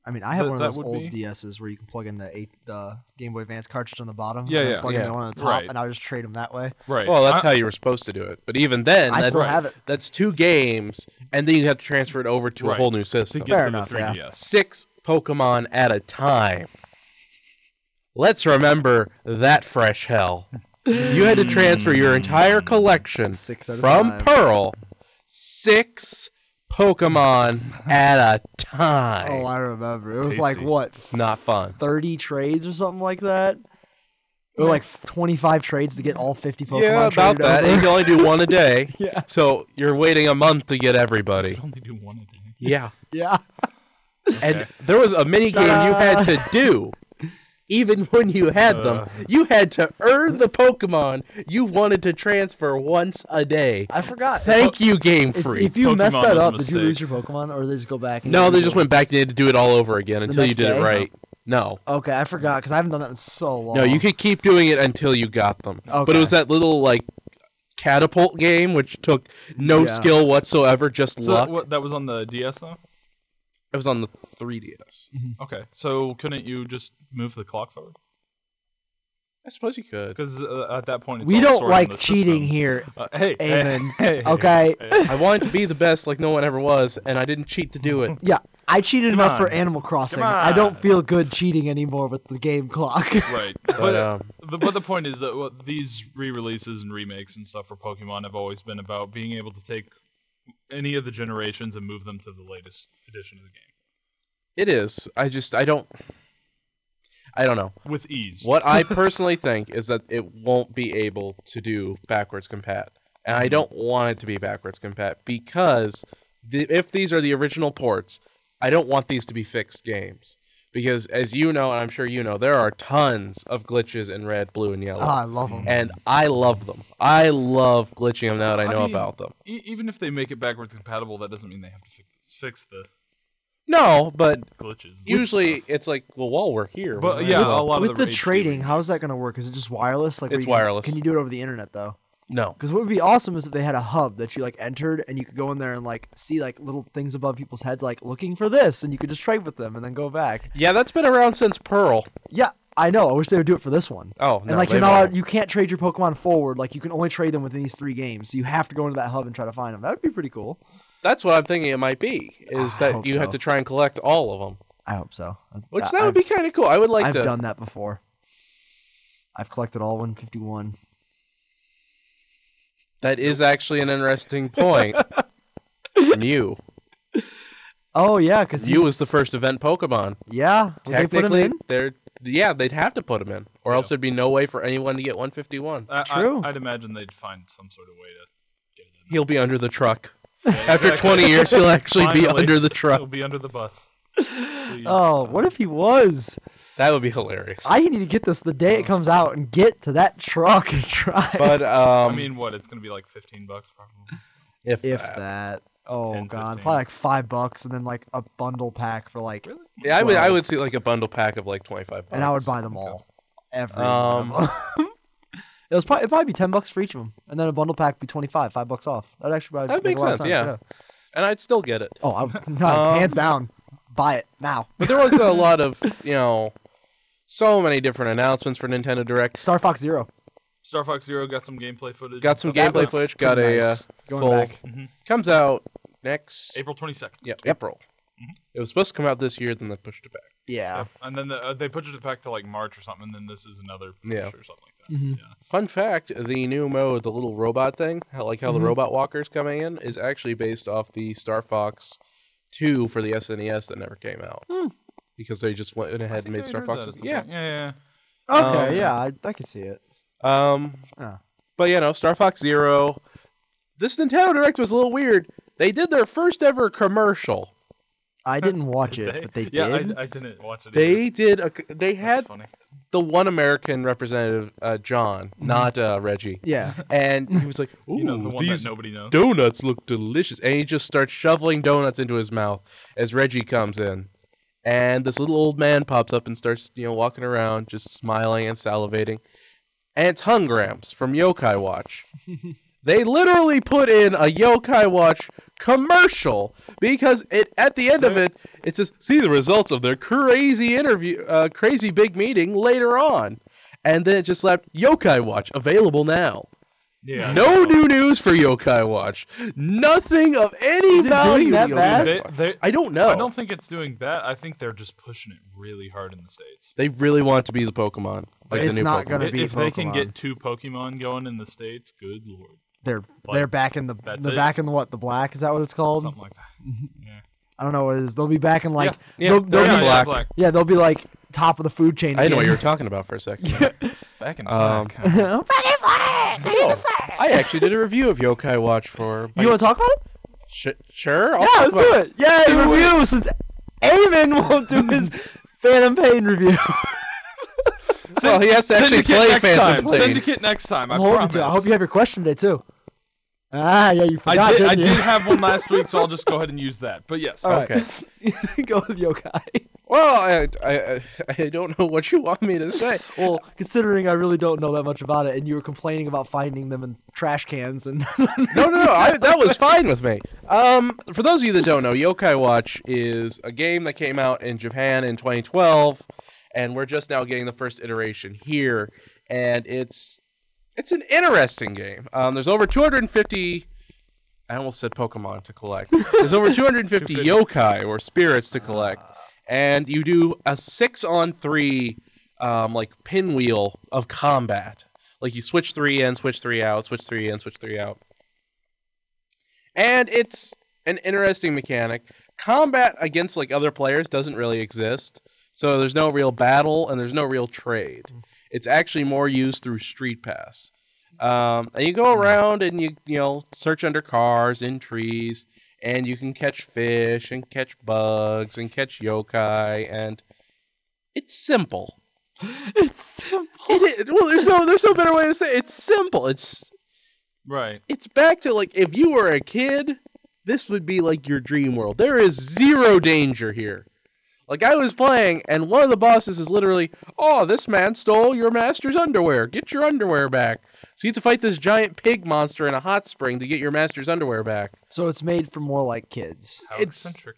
Speaker 4: I mean, I have
Speaker 3: That-
Speaker 4: one of
Speaker 3: that
Speaker 4: those
Speaker 3: would
Speaker 4: old
Speaker 3: be-
Speaker 4: DSs where you can plug in the eight, the Game Boy Advance cartridge on the bottom.
Speaker 3: Yeah,
Speaker 4: and then
Speaker 3: yeah.
Speaker 4: Plug
Speaker 5: Yeah.
Speaker 4: in the one on the top,
Speaker 3: Right.
Speaker 4: and I would just trade them that way.
Speaker 3: Right.
Speaker 5: well, that's
Speaker 3: I-
Speaker 5: how you were supposed to do it. But even then,
Speaker 4: I
Speaker 5: that's,
Speaker 4: still have it.
Speaker 5: that's two games, and then you have to transfer it over to a
Speaker 3: Right.
Speaker 5: whole new
Speaker 3: to
Speaker 5: system.
Speaker 3: get
Speaker 4: Fair
Speaker 3: to the
Speaker 4: enough, yeah.
Speaker 3: 3DS.
Speaker 5: Six Pokemon at a time. Let's remember that fresh hell. You had to transfer your entire collection
Speaker 4: Six at a
Speaker 5: from
Speaker 4: time.
Speaker 5: Pearl, six Pokemon at a time.
Speaker 4: Oh, I remember. It was
Speaker 3: Tasty.
Speaker 4: like what
Speaker 5: it's not fun.
Speaker 4: thirty trades or something like that. Or like twenty-five trades to get all fifty Pokemon.
Speaker 5: yeah, about
Speaker 4: traded
Speaker 5: that. And
Speaker 4: over.
Speaker 5: you can only do one a day.
Speaker 4: Yeah.
Speaker 5: So you're waiting a month to get everybody.
Speaker 3: Could only do one a day.
Speaker 5: Yeah.
Speaker 4: Yeah.
Speaker 5: And there was a mini game you had to do. Even when you had them, you had to earn the Pokemon you wanted to transfer once a day.
Speaker 4: I forgot.
Speaker 5: Thank you, Game
Speaker 4: If,
Speaker 5: Freak.
Speaker 4: if you
Speaker 3: Pokemon
Speaker 4: messed
Speaker 3: was
Speaker 4: that
Speaker 3: a
Speaker 4: up, did you
Speaker 3: mistake.
Speaker 4: lose your Pokemon, or they just go back? And
Speaker 5: No, they
Speaker 4: you-
Speaker 5: just went back. You had to do it all over again until you
Speaker 4: next
Speaker 5: did
Speaker 4: day?
Speaker 5: it right. No.
Speaker 4: Okay, I forgot because I haven't done that in so long.
Speaker 5: No, you could keep doing it until you got them. But it
Speaker 4: Okay.
Speaker 5: was that little like catapult game which took no
Speaker 4: Yeah.
Speaker 5: skill whatsoever, just
Speaker 3: So
Speaker 5: luck.
Speaker 3: that, what, that was on the DS though.
Speaker 5: It was on the 3DS.
Speaker 3: Okay, so couldn't you just move the clock forward?
Speaker 5: I suppose you could.
Speaker 3: Because uh, at that point, it's
Speaker 4: We
Speaker 3: all
Speaker 4: don't
Speaker 3: stored in the
Speaker 4: like cheating
Speaker 3: system.
Speaker 4: here,
Speaker 3: Uh, hey, hey,
Speaker 4: Amen.
Speaker 3: hey,
Speaker 4: Okay.
Speaker 5: I wanted to be the best like no one ever was, and I didn't cheat to do it.
Speaker 4: Yeah, I cheated enough for
Speaker 3: on.
Speaker 4: Animal Crossing.
Speaker 3: Come
Speaker 4: I don't
Speaker 3: on.
Speaker 4: feel good cheating anymore with the game clock.
Speaker 3: Right,
Speaker 5: But
Speaker 3: but uh,
Speaker 5: um,
Speaker 3: the but the point is that what these re-releases and remakes and stuff for Pokemon have always been about being able to take any of the generations and move them to the latest edition of the game
Speaker 5: it is. I just I don't. I don't know.
Speaker 3: with ease.
Speaker 5: What I personally think is that it won't be able to do backwards compat, and I don't want it to be backwards compat because the, if these are the original ports, I don't want these to be fixed games. because as you know, and I'm sure you know, there are tons of glitches in red, blue, and yellow.
Speaker 4: Oh, I love them.
Speaker 5: and I love them. I love glitching them now that I
Speaker 3: I
Speaker 5: know
Speaker 3: mean-
Speaker 5: about them.
Speaker 3: E- even if they make it backwards compatible, that doesn't mean they have to fix, fix the
Speaker 5: No, but
Speaker 3: glitches.
Speaker 5: usually it's like, well, while we're here, we
Speaker 3: But,
Speaker 5: might as
Speaker 3: yeah,
Speaker 5: well.
Speaker 3: a lot
Speaker 4: With
Speaker 3: of
Speaker 4: the,
Speaker 3: rage
Speaker 4: trading,
Speaker 3: gaming.
Speaker 4: how is that going to work? Is it just wireless? Like where
Speaker 5: It's
Speaker 4: you can-
Speaker 5: wireless.
Speaker 4: Can you do it over the internet though?
Speaker 5: no,
Speaker 4: Because what would be awesome is if they had a hub that you like entered and you could go in there and like see like little things above people's heads, like looking for this, and you could just trade with them and then go back.
Speaker 5: yeah, that's been around since Pearl.
Speaker 4: Yeah, I know. I wish they would do it for this one.
Speaker 5: Oh, no,
Speaker 4: and like
Speaker 5: they
Speaker 4: you're not,
Speaker 5: won't.
Speaker 4: allowed- you can't trade your Pokemon forward. Like you can only trade them within these three games. So you have to go into that hub and try to find them. That would be pretty cool.
Speaker 5: That's what I'm thinking it might be. Is
Speaker 4: I
Speaker 5: that
Speaker 4: hope
Speaker 5: you have
Speaker 4: so.
Speaker 5: to try and collect all of them,
Speaker 4: I hope so.
Speaker 5: which
Speaker 4: I-
Speaker 5: that would be
Speaker 4: I've-
Speaker 5: kind of cool. I would like
Speaker 4: I've
Speaker 5: to.
Speaker 4: done that before. I've collected all 151.
Speaker 5: That is actually an interesting point. Mew.
Speaker 4: Oh yeah, because
Speaker 5: Mew was the first event Pokemon.
Speaker 4: Yeah, would they put 'em
Speaker 5: Technically,
Speaker 4: in?
Speaker 5: they're yeah, they'd have to put them in, or else there'd be no way for anyone to get 151.
Speaker 3: I,
Speaker 4: True.
Speaker 3: I, would imagine they'd find some sort of way to get it in.
Speaker 5: He'll be under the truck.
Speaker 3: Yeah,
Speaker 5: After
Speaker 3: exactly.
Speaker 5: 20 years, he'll actually be
Speaker 3: Finally.
Speaker 5: under
Speaker 3: He'll
Speaker 5: the truck.
Speaker 3: be under the bus. Please.
Speaker 4: Oh, what if he was?
Speaker 5: That would be hilarious.
Speaker 4: I need to get this the day it comes out and get to that truck and try.
Speaker 5: but um,
Speaker 3: I mean, what? It's gonna be like fifteen bucks probably.
Speaker 5: if,
Speaker 4: if
Speaker 5: that,
Speaker 4: that, oh
Speaker 3: 10,
Speaker 4: god,
Speaker 3: 15.
Speaker 4: probably like five bucks and then like a bundle pack for like,
Speaker 3: Really?
Speaker 5: yeah, I would I
Speaker 4: well-
Speaker 5: would see like a bundle pack of like 25.
Speaker 4: and I would
Speaker 5: bucks.
Speaker 4: buy them all. Every
Speaker 5: Um,
Speaker 4: one of them. it was probably it'd probably be ten bucks for each of them, and then a bundle pack would be twenty five, five bucks off. That'd actually probably
Speaker 5: That'd
Speaker 4: make
Speaker 5: make
Speaker 4: a lot of
Speaker 5: sense, yeah. and I'd still get it.
Speaker 4: Oh, I, no,
Speaker 5: Um,
Speaker 4: hands down, buy it now.
Speaker 5: But there was a lot of you know, so many different announcements for Nintendo Direct.
Speaker 4: Star Fox Zero.
Speaker 3: Star Fox Zero got some gameplay footage.
Speaker 5: Got
Speaker 3: and
Speaker 5: some
Speaker 3: stuff like that.
Speaker 5: gameplay footage. Got a uh,
Speaker 4: Going
Speaker 5: full
Speaker 4: back.
Speaker 5: comes out next.
Speaker 3: April Mm-hmm. twenty second.
Speaker 5: Yeah, April. It was supposed to come out this year, then they pushed it back.
Speaker 4: Yeah.
Speaker 3: And then the, uh, they pushed it back to like March or something. And then this is another push
Speaker 5: Yeah.
Speaker 3: or something like that. Yeah.
Speaker 5: Fun fact: the new mode, the little robot thing, how, like how
Speaker 3: Mm-hmm.
Speaker 5: the robot walker's coming in, is actually based off the Star Fox Two for the SNES that never came out
Speaker 3: Hmm.
Speaker 5: because they just went ahead and made Star Fox.
Speaker 3: Yeah.
Speaker 5: Yeah.
Speaker 3: yeah, yeah.
Speaker 4: Okay.
Speaker 5: Um,
Speaker 4: yeah, I, I could see it.
Speaker 5: Um,
Speaker 4: Yeah.
Speaker 5: but you know, Star Fox Zero. This Nintendo Direct was a little weird. They did their first ever commercial.
Speaker 4: I didn't watch it, but they
Speaker 3: yeah,
Speaker 4: did.
Speaker 3: I, I didn't watch it. either.
Speaker 5: They did. A, they
Speaker 3: That's
Speaker 5: had
Speaker 3: funny.
Speaker 5: the one American representative, uh, John, not uh, Reggie,
Speaker 4: yeah.
Speaker 5: and he was like, "Ooh,
Speaker 3: You know the one
Speaker 5: these
Speaker 3: that nobody knows.
Speaker 5: donuts look delicious. And he just starts shoveling donuts into his mouth as Reggie comes in. And this little old man pops up and starts, you know, walking around, just smiling and salivating. And it's Hungrams from Yokai Watch. they literally put in a Yokai Watch commercial because it at the end of it, it says, "See the results of their crazy interview, uh, crazy big meeting later on." And then it just slapped Yokai Watch available now.
Speaker 3: Yeah.
Speaker 5: No new news for Yokai Watch. Nothing of any
Speaker 4: Is it doing
Speaker 5: value.
Speaker 4: that
Speaker 5: to Yokai
Speaker 4: bad?
Speaker 3: They,
Speaker 5: Watch.
Speaker 3: they,
Speaker 5: I don't know.
Speaker 3: I don't think it's doing that. I think they're just pushing it really hard in the states.
Speaker 5: They really want to be the Pokemon. Like
Speaker 4: It's
Speaker 5: the new
Speaker 4: not
Speaker 5: Pokemon.
Speaker 4: gonna-
Speaker 3: If-
Speaker 4: be
Speaker 3: if they can
Speaker 4: Pokemon.
Speaker 3: get two Pokemon going in the states, good lord,
Speaker 4: They're
Speaker 3: Like,
Speaker 4: they're back in the
Speaker 3: that's
Speaker 4: they're
Speaker 3: it.
Speaker 4: back in the what the black is that what it's called?
Speaker 3: something like that. Yeah.
Speaker 4: I don't know what it is. They'll be back in like
Speaker 5: Yeah,
Speaker 4: they'll,
Speaker 5: they're
Speaker 4: they'll be,
Speaker 5: in black.
Speaker 4: yeah they'll be like top of the food chain.
Speaker 5: I know what
Speaker 4: again.
Speaker 5: you were talking about for a second.
Speaker 3: Back in
Speaker 5: Um,
Speaker 3: black. huh?
Speaker 5: Oh, I actually did a review of Yokai Watch for.
Speaker 4: You want to talk about it?
Speaker 5: Sh- sure. I'll
Speaker 4: yeah,
Speaker 5: talk
Speaker 4: let's
Speaker 5: about
Speaker 4: do it. Yay, review since Eamon won't do his Phantom Pain review.
Speaker 5: Well, he has to actually
Speaker 3: Syndicate
Speaker 5: play
Speaker 3: next
Speaker 5: Phantom
Speaker 3: time.
Speaker 5: Blade.
Speaker 3: Syndicate next time. I
Speaker 4: I'm hoping
Speaker 3: promise.
Speaker 4: to. I hope you have your question today too. Ah, yeah, you
Speaker 3: I
Speaker 4: forgot.
Speaker 3: did. I
Speaker 4: didn't
Speaker 3: did
Speaker 4: you? Oh.
Speaker 3: have one last week, so I'll just go ahead and use that. But yes.
Speaker 4: All right.
Speaker 5: Okay.
Speaker 4: Go with yokai.
Speaker 5: Well, I, I I don't know what you want me to say.
Speaker 4: Well, considering I really don't know that much about it, and you were complaining about finding them in trash cans, and
Speaker 5: no, no, no. I, that was fine with me. Um, for those of you that don't know, Yokai Watch is a game that came out in Japan in 2012, and we're just now getting the first iteration here. And it's it's an interesting game. Um, there's over 250. I almost said Pokemon to collect. There's over 250 yokai or spirits to collect, and you do a six on three, um, like pinwheel of combat. Like you switch three in, switch three out, switch three in, switch three out and it's an interesting mechanic. Combat against like other players doesn't really exist, so there's no real battle and there's no real trade. It's actually more used through Street Pass, um, and you go around and you you know search under cars in trees, and you can catch fish and catch bugs and catch yokai and It's simple.
Speaker 4: It's simple.
Speaker 5: It is, well, there's no there's no better way to say it. it's simple. It's
Speaker 3: Right.
Speaker 5: it's back to like if you were a kid, this would be like your dream world. There is zero danger here. Like I was playing, and one of the bosses is literally, "Oh, this man stole your master's underwear. Get your underwear back." So you have to fight this giant pig monster in a hot spring to get your master's underwear back.
Speaker 4: So it's made for more like kids.
Speaker 3: How
Speaker 5: It's-
Speaker 3: eccentric.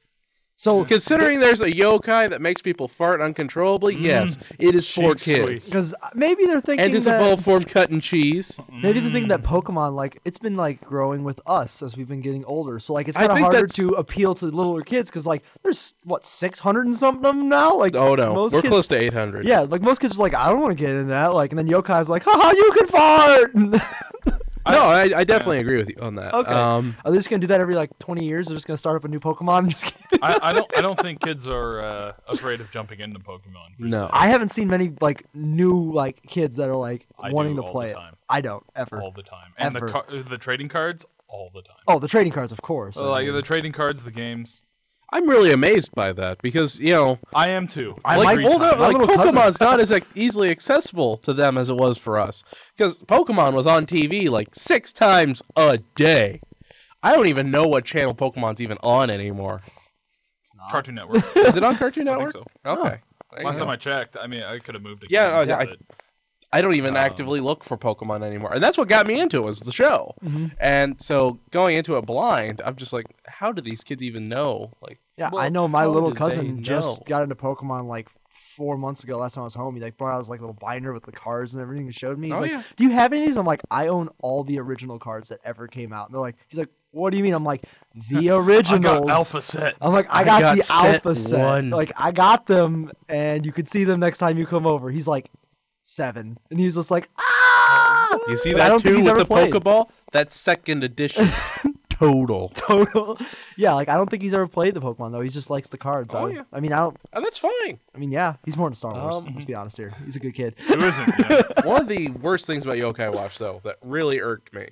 Speaker 4: So
Speaker 5: Considering there's a yokai that makes people fart uncontrollably, yes, it is for
Speaker 3: Mm. Cheeks sweet.
Speaker 5: kids.
Speaker 4: because maybe they're thinking
Speaker 5: And Mm. it's
Speaker 4: that
Speaker 5: a bowl form cut and cheese.
Speaker 4: maybe they're thinking that Pokemon like it's been like growing with us as we've been getting older. So like it's
Speaker 5: I
Speaker 4: kind of
Speaker 5: think
Speaker 4: harder
Speaker 5: that's-
Speaker 4: to appeal to the littler kids because like there's what 600 and something of them now. Like
Speaker 5: Oh no,
Speaker 4: most
Speaker 5: we're
Speaker 4: kids,
Speaker 5: close to 800.
Speaker 4: Yeah, like most kids are like I don't want to get in that. Like and then Yokai's like, haha, you can fart.
Speaker 5: No, I, I definitely agree with you on that.
Speaker 4: okay,
Speaker 5: Um,
Speaker 4: are they just gonna do that every like 20 years? They're just gonna start up a new Pokemon. and just
Speaker 3: I, I don't. I don't think kids are uh, afraid of jumping into Pokemon. per
Speaker 5: No.
Speaker 3: se.
Speaker 4: I haven't seen many like new like kids that are like
Speaker 3: I
Speaker 4: wanting
Speaker 3: do
Speaker 4: to
Speaker 3: all
Speaker 4: play
Speaker 3: the
Speaker 4: it.
Speaker 3: time.
Speaker 4: I don't ever.
Speaker 3: all the time, and
Speaker 4: Ever.
Speaker 3: the car- the trading cards all the time.
Speaker 4: Oh, the trading cards, of course.
Speaker 3: So,
Speaker 4: I
Speaker 3: like
Speaker 4: mean,
Speaker 3: the trading cards, the games.
Speaker 5: I'm really amazed by that because you know,
Speaker 3: I am too.
Speaker 4: I
Speaker 5: like,
Speaker 4: might-
Speaker 3: free
Speaker 5: well, no,
Speaker 3: time.
Speaker 4: My
Speaker 5: like
Speaker 4: little cousin-
Speaker 5: Pokemon's not as like, easily accessible to them as it was for us because Pokemon was on TV like six times a day. I don't even know what channel Pokemon's even on anymore.
Speaker 4: it's not.
Speaker 3: Cartoon Network.
Speaker 5: Is it on Cartoon
Speaker 3: I think
Speaker 5: Network?
Speaker 3: so.
Speaker 5: Okay. There you
Speaker 3: Last
Speaker 5: go.
Speaker 3: time I checked, I mean, I could have moved. it.
Speaker 5: Yeah,
Speaker 3: Canada,
Speaker 5: no, I-
Speaker 3: but
Speaker 5: I don't even
Speaker 3: Um,
Speaker 5: actively look for Pokemon anymore, and that's what got me into it was the show.
Speaker 4: Mhm.
Speaker 5: And so going into it blind, I'm just like, how do these kids even know? Like,
Speaker 4: Yeah, I
Speaker 5: well,
Speaker 4: know my
Speaker 5: how
Speaker 4: little
Speaker 5: did they
Speaker 4: cousin just
Speaker 5: know?
Speaker 4: got into Pokemon like four months ago. Last time I was home, he like brought out his like little binder with the cards and everything and showed me. He's
Speaker 5: Oh,
Speaker 4: like,
Speaker 5: yeah.
Speaker 4: "Do you have any of these?" I'm like, "I own all the original cards that ever came out." And they're like, "He's like, what do you mean?" I'm like, "The
Speaker 3: I got
Speaker 4: originals."
Speaker 3: Alpha Set.
Speaker 4: I'm like, I
Speaker 5: I
Speaker 4: got,
Speaker 5: got
Speaker 4: the
Speaker 5: set
Speaker 4: alpha set.
Speaker 5: one."
Speaker 4: Like, I got them, and you could see them next time you come over. He's like seven, and he's just like, ah!
Speaker 5: you see
Speaker 4: And I
Speaker 5: that
Speaker 4: don't think
Speaker 5: too
Speaker 4: he's
Speaker 5: with
Speaker 4: ever
Speaker 5: the
Speaker 4: played.
Speaker 5: Pokeball? That's second edition total.
Speaker 4: Total, yeah. Like, I don't think he's ever played the Pokemon though. He just likes the cards.
Speaker 5: Oh,
Speaker 4: I,
Speaker 5: yeah.
Speaker 4: I mean, I don't.
Speaker 5: And that's fine.
Speaker 4: I mean, yeah, he's more into Star Wars.
Speaker 5: Um,
Speaker 4: let's be honest here. He's a good kid.
Speaker 3: Who isn't? Yeah.
Speaker 5: One of the worst things about Yokai Watch, though, that really irked me,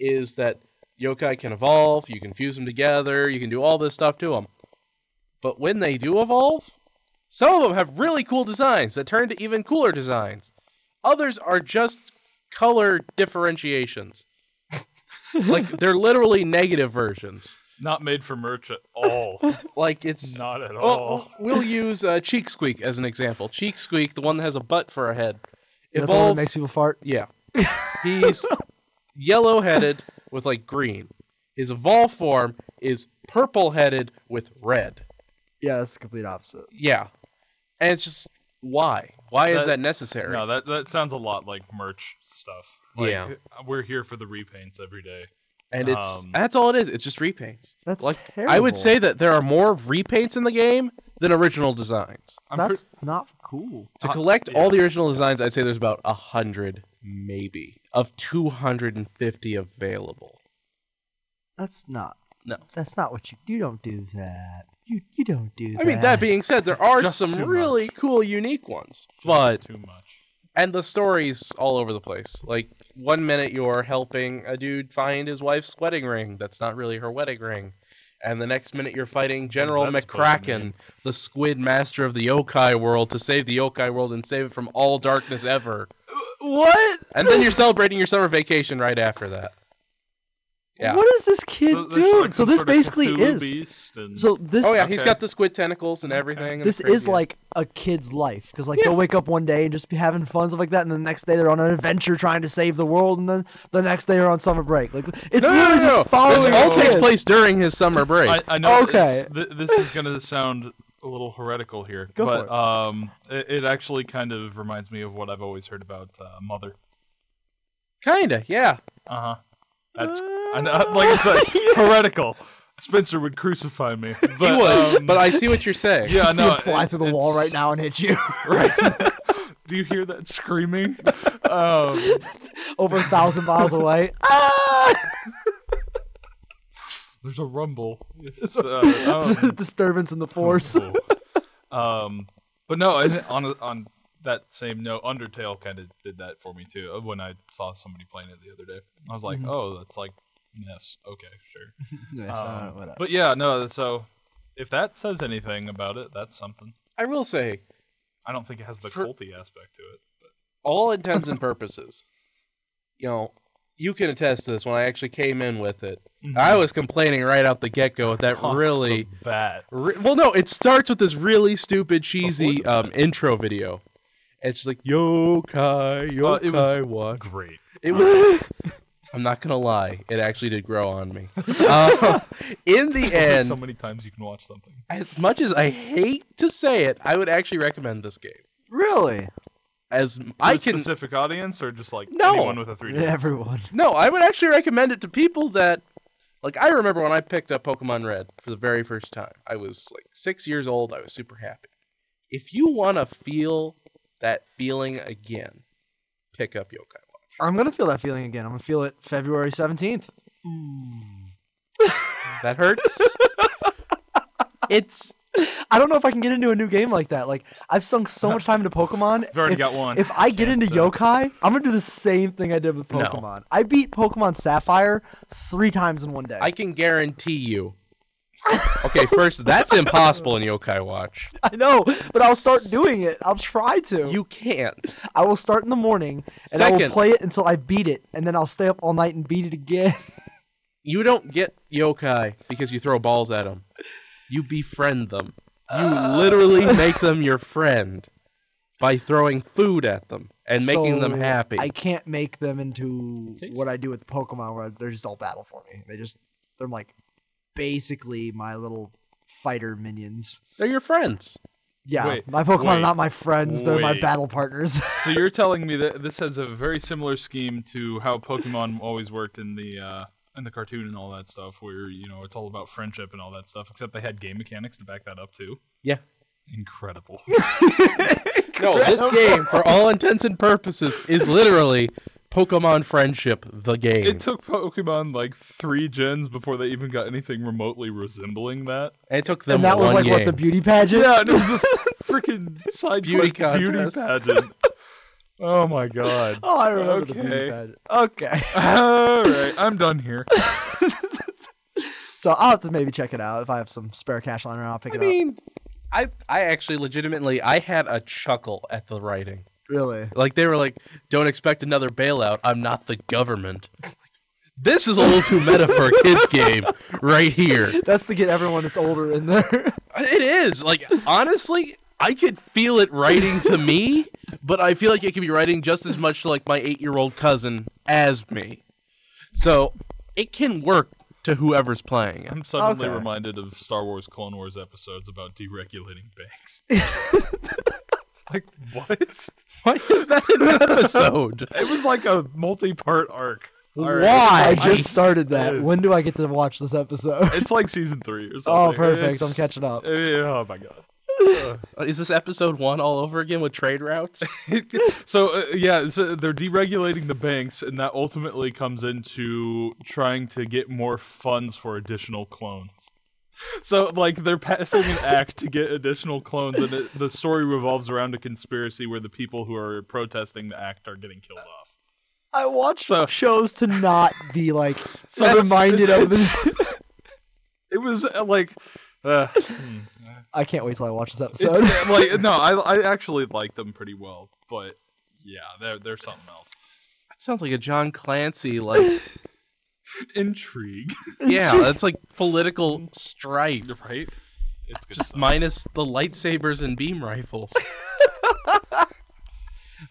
Speaker 5: is that Yokai can evolve, you can fuse them together, you can do all this stuff to them. But when they do evolve, some of them have really cool designs that turn to even cooler designs. Others are just color differentiations. like they're literally negative versions.
Speaker 3: Not made for merch at all.
Speaker 5: Like it's
Speaker 3: Not at
Speaker 5: Well,
Speaker 4: Oh.
Speaker 3: all.
Speaker 5: Oh, we'll we'll use uh, Cheek Squeak as an example. Cheek Squeak, the one that has a butt for a head,
Speaker 4: That's the one that
Speaker 5: evolves
Speaker 4: makes people fart.
Speaker 5: yeah. He's yellow headed with like green. His evolved form is purple headed with red.
Speaker 4: Yeah, that's the complete opposite.
Speaker 5: Yeah. And it's just why? Why is
Speaker 3: That-
Speaker 5: that necessary?
Speaker 3: No, that that sounds a lot like merch stuff. Like,
Speaker 5: Yeah.
Speaker 3: we're here for the repaints every day.
Speaker 5: and it's
Speaker 3: um,
Speaker 5: that's all it is. It's just repaints.
Speaker 4: That's
Speaker 5: like
Speaker 4: terrible.
Speaker 5: I would say that there are more repaints in the game than original designs.
Speaker 3: I'm pre-
Speaker 4: that's not cool.
Speaker 5: To
Speaker 3: Uh,
Speaker 5: collect
Speaker 3: yeah.
Speaker 5: all the original designs, I'd say there's about a hundred, maybe, of two hundred and fifty available.
Speaker 4: That's not.
Speaker 5: No.
Speaker 4: That's not what you. You don't do that. You you don't do that.
Speaker 5: I mean, that being said, there are
Speaker 3: just
Speaker 5: some
Speaker 3: too
Speaker 5: really
Speaker 3: much.
Speaker 5: cool, unique ones, but
Speaker 3: too much.
Speaker 5: and the stories all over the place. Like one minute you're helping a dude find his wife's wedding ring that's not really her wedding ring, and the next minute you're fighting General
Speaker 3: that supposed to
Speaker 5: McCracken,
Speaker 3: mean?
Speaker 5: the Squid Master of the Yokai world, to save the Yokai world and save it from all darkness ever.
Speaker 4: what?
Speaker 5: And then you're celebrating your summer vacation right after that. Yeah.
Speaker 4: What is this kid
Speaker 3: So there's,
Speaker 4: doing?
Speaker 3: like,
Speaker 4: so
Speaker 3: some
Speaker 4: this
Speaker 3: sort of
Speaker 4: basically
Speaker 3: Cthulhu
Speaker 4: is.
Speaker 3: beast and-
Speaker 4: So this.
Speaker 5: Oh yeah, he's
Speaker 3: Okay.
Speaker 5: got the squid tentacles and everything. and the
Speaker 4: This is
Speaker 5: crazy-
Speaker 4: like a kid's life because like they'll wake up one day and just be having fun stuff like that, and the next day they're on an adventure trying to save the world, and then the next day they're on summer break. Like it's
Speaker 5: no, no,
Speaker 4: literally
Speaker 5: no, no.
Speaker 4: just following.
Speaker 5: This
Speaker 4: a
Speaker 5: all takes
Speaker 4: kid.
Speaker 5: place during his summer break.
Speaker 3: I, I know
Speaker 4: Okay.
Speaker 3: okay. th- this is going to sound a little heretical here,
Speaker 4: Go
Speaker 3: but
Speaker 4: for it.
Speaker 3: um, it, it actually kind of reminds me of what I've always heard about uh, Mother.
Speaker 5: Kinda, yeah.
Speaker 3: Uh huh. That's I
Speaker 4: Uh,
Speaker 3: know, like I said, heretical. Spencer would crucify me. But,
Speaker 5: he would,
Speaker 3: um,
Speaker 5: but I see what you're saying.
Speaker 3: yeah,
Speaker 4: I see
Speaker 3: no,
Speaker 4: it fly
Speaker 3: it-
Speaker 4: through the wall
Speaker 3: it's-
Speaker 4: right now and hit you
Speaker 3: Right. Do you hear that screaming? Um,
Speaker 4: over a thousand miles away. Ah!
Speaker 3: there's a rumble. It's, uh, um,
Speaker 4: Disturbance in the force.
Speaker 3: Cool. um, but no, and on on that same note, Undertale kind of did that for me too. uh, When I saw somebody playing it the other day, I was like,
Speaker 4: Mm-hmm.
Speaker 3: oh, that's like Ness. Okay, sure.
Speaker 4: Yes,
Speaker 3: Um,
Speaker 4: uh, whatever.
Speaker 3: but yeah, no. So if that says anything about it, that's something.
Speaker 5: I will say,
Speaker 3: I don't think it has the
Speaker 5: For-
Speaker 3: culty aspect to it. But
Speaker 5: all intents and purposes, you know, you can attest to this. When I actually came in with it,
Speaker 3: Mm-hmm.
Speaker 5: I was complaining right out the get go that
Speaker 3: Off the
Speaker 5: really.
Speaker 3: bat.
Speaker 5: Re- well, no, it starts with this really stupid, cheesy
Speaker 3: Before
Speaker 5: um, intro video. And It's just like yokai,
Speaker 3: Uh, it was-
Speaker 5: yokai, watch.
Speaker 3: Great.
Speaker 5: It was. I'm not gonna lie, it actually did grow on me. Uh, in the end,
Speaker 3: so many times you can watch something.
Speaker 5: as much as I hate to say it, I would actually recommend this game.
Speaker 4: Really?
Speaker 5: As
Speaker 3: I
Speaker 5: I
Speaker 3: can...
Speaker 5: can
Speaker 3: specific audience or just like
Speaker 5: No.
Speaker 3: anyone with a 3DS?
Speaker 4: Everyone.
Speaker 5: No, I would actually recommend it to people that like I remember when I picked up Pokemon Red for the very first time. I was like 6 years old. I was super happy. If you want to feel that feeling again, pick up Yokai Watch.
Speaker 4: I'm gonna feel that feeling again. I'm gonna feel it February 17th.
Speaker 5: That hurts. it's
Speaker 4: I don't know if I can get into a new game like that. Like I've sunk so much time into Pokemon.
Speaker 3: I've already
Speaker 4: if,
Speaker 3: got one.
Speaker 4: If I get
Speaker 3: Can't,
Speaker 4: into
Speaker 3: uh,
Speaker 4: Yokai, I'm gonna do the same thing I did with
Speaker 5: No.
Speaker 4: Pokemon. I beat Pokemon Sapphire three times in one day.
Speaker 5: I can guarantee you. Okay, first that's impossible in Yokai Watch.
Speaker 4: I know, but I'll start doing it. I'll try to.
Speaker 5: You can't.
Speaker 4: I will start in the morning and I will
Speaker 5: Second.
Speaker 4: play it until I beat it, and then I'll stay up all night and beat it again.
Speaker 5: You don't get yokai because you throw balls at them. You befriend them. You literally make them your friend by throwing food at them and making them
Speaker 4: So,
Speaker 5: happy.
Speaker 4: I can't make them into
Speaker 3: Jeez.
Speaker 4: what I do with Pokemon, where they're just all battle for me. They just they're like basically my little fighter minions.
Speaker 5: They're your friends.
Speaker 4: Yeah,
Speaker 3: Wait,
Speaker 4: my Pokemon are
Speaker 3: wait,
Speaker 4: not my friends; they're my
Speaker 3: wait.
Speaker 4: battle partners.
Speaker 3: So you're telling me that this has a very similar scheme to how Pokemon always worked in the uh, in the cartoon and all that stuff, where you know it's all about friendship and all that stuff. Except they had game mechanics to back that up too.
Speaker 5: Yeah.
Speaker 3: Incredible.
Speaker 5: No, this game, for all intents and purposes, is literally Pokemon Friendship, the game.
Speaker 3: it took Pokemon like three gens before they even got anything remotely resembling that.
Speaker 5: and it took them
Speaker 4: and that was
Speaker 5: one
Speaker 4: like what
Speaker 5: game.
Speaker 4: the beauty pageant.
Speaker 3: Yeah, and it was a freaking side
Speaker 5: Beauty
Speaker 3: beauty quest beauty
Speaker 5: contest.
Speaker 3: pageant. Oh my god.
Speaker 4: Oh, I remember the beauty
Speaker 3: Okay.
Speaker 4: pageant. Okay,
Speaker 3: All right, I'm done here.
Speaker 4: so I'll have to maybe check it out if I have some spare cash lying around. I'll pick
Speaker 5: I
Speaker 4: it up.
Speaker 5: mean, I, I actually legitimately, I had a chuckle at the writing.
Speaker 4: Really,
Speaker 5: Like they were like, "Don't expect another bailout. I'm not the government." This is a little too meta for a kids game, right here.
Speaker 4: that's to get everyone that's older in there.
Speaker 5: It is like honestly, I could feel it writing to me, but I feel like it could be writing just as much to like my eight-year-old cousin as me. So it can work to whoever's playing it.
Speaker 3: I'm suddenly
Speaker 4: Okay.
Speaker 3: reminded of Star Wars Clone Wars episodes about deregulating banks. like what?
Speaker 5: Why is that in an episode?
Speaker 3: It was like a multi-part arc. All right.
Speaker 5: Why?
Speaker 4: I just started
Speaker 5: started.
Speaker 4: that. When do I get to watch this episode?
Speaker 3: It's like season three or
Speaker 4: Oh,
Speaker 3: something.
Speaker 4: perfect! I'm
Speaker 3: It's-
Speaker 4: catching up.
Speaker 3: Eh, Oh my god.
Speaker 5: Is this episode one all over again with trade routes?
Speaker 3: So uh, yeah, so they're deregulating the banks, and that ultimately comes into trying to get more funds for additional clones. So like they're passing an act to get additional clones, and it, the story revolves around a conspiracy where the people who are protesting the act are getting killed off.
Speaker 4: I watch
Speaker 3: So-
Speaker 4: shows to not be like
Speaker 3: So that's-
Speaker 4: reminded of this.
Speaker 3: It was uh, like. Uh, hmm.
Speaker 4: I can't wait till I watch this
Speaker 3: It's,
Speaker 4: episode.
Speaker 3: uh, like no, I I actually liked them pretty well, but yeah, they're they're something else.
Speaker 5: That sounds like a John Clancy like
Speaker 3: Intrigue,
Speaker 5: yeah, that's like political strife
Speaker 3: right? It's good stuff.
Speaker 5: minus the lightsabers and beam rifles.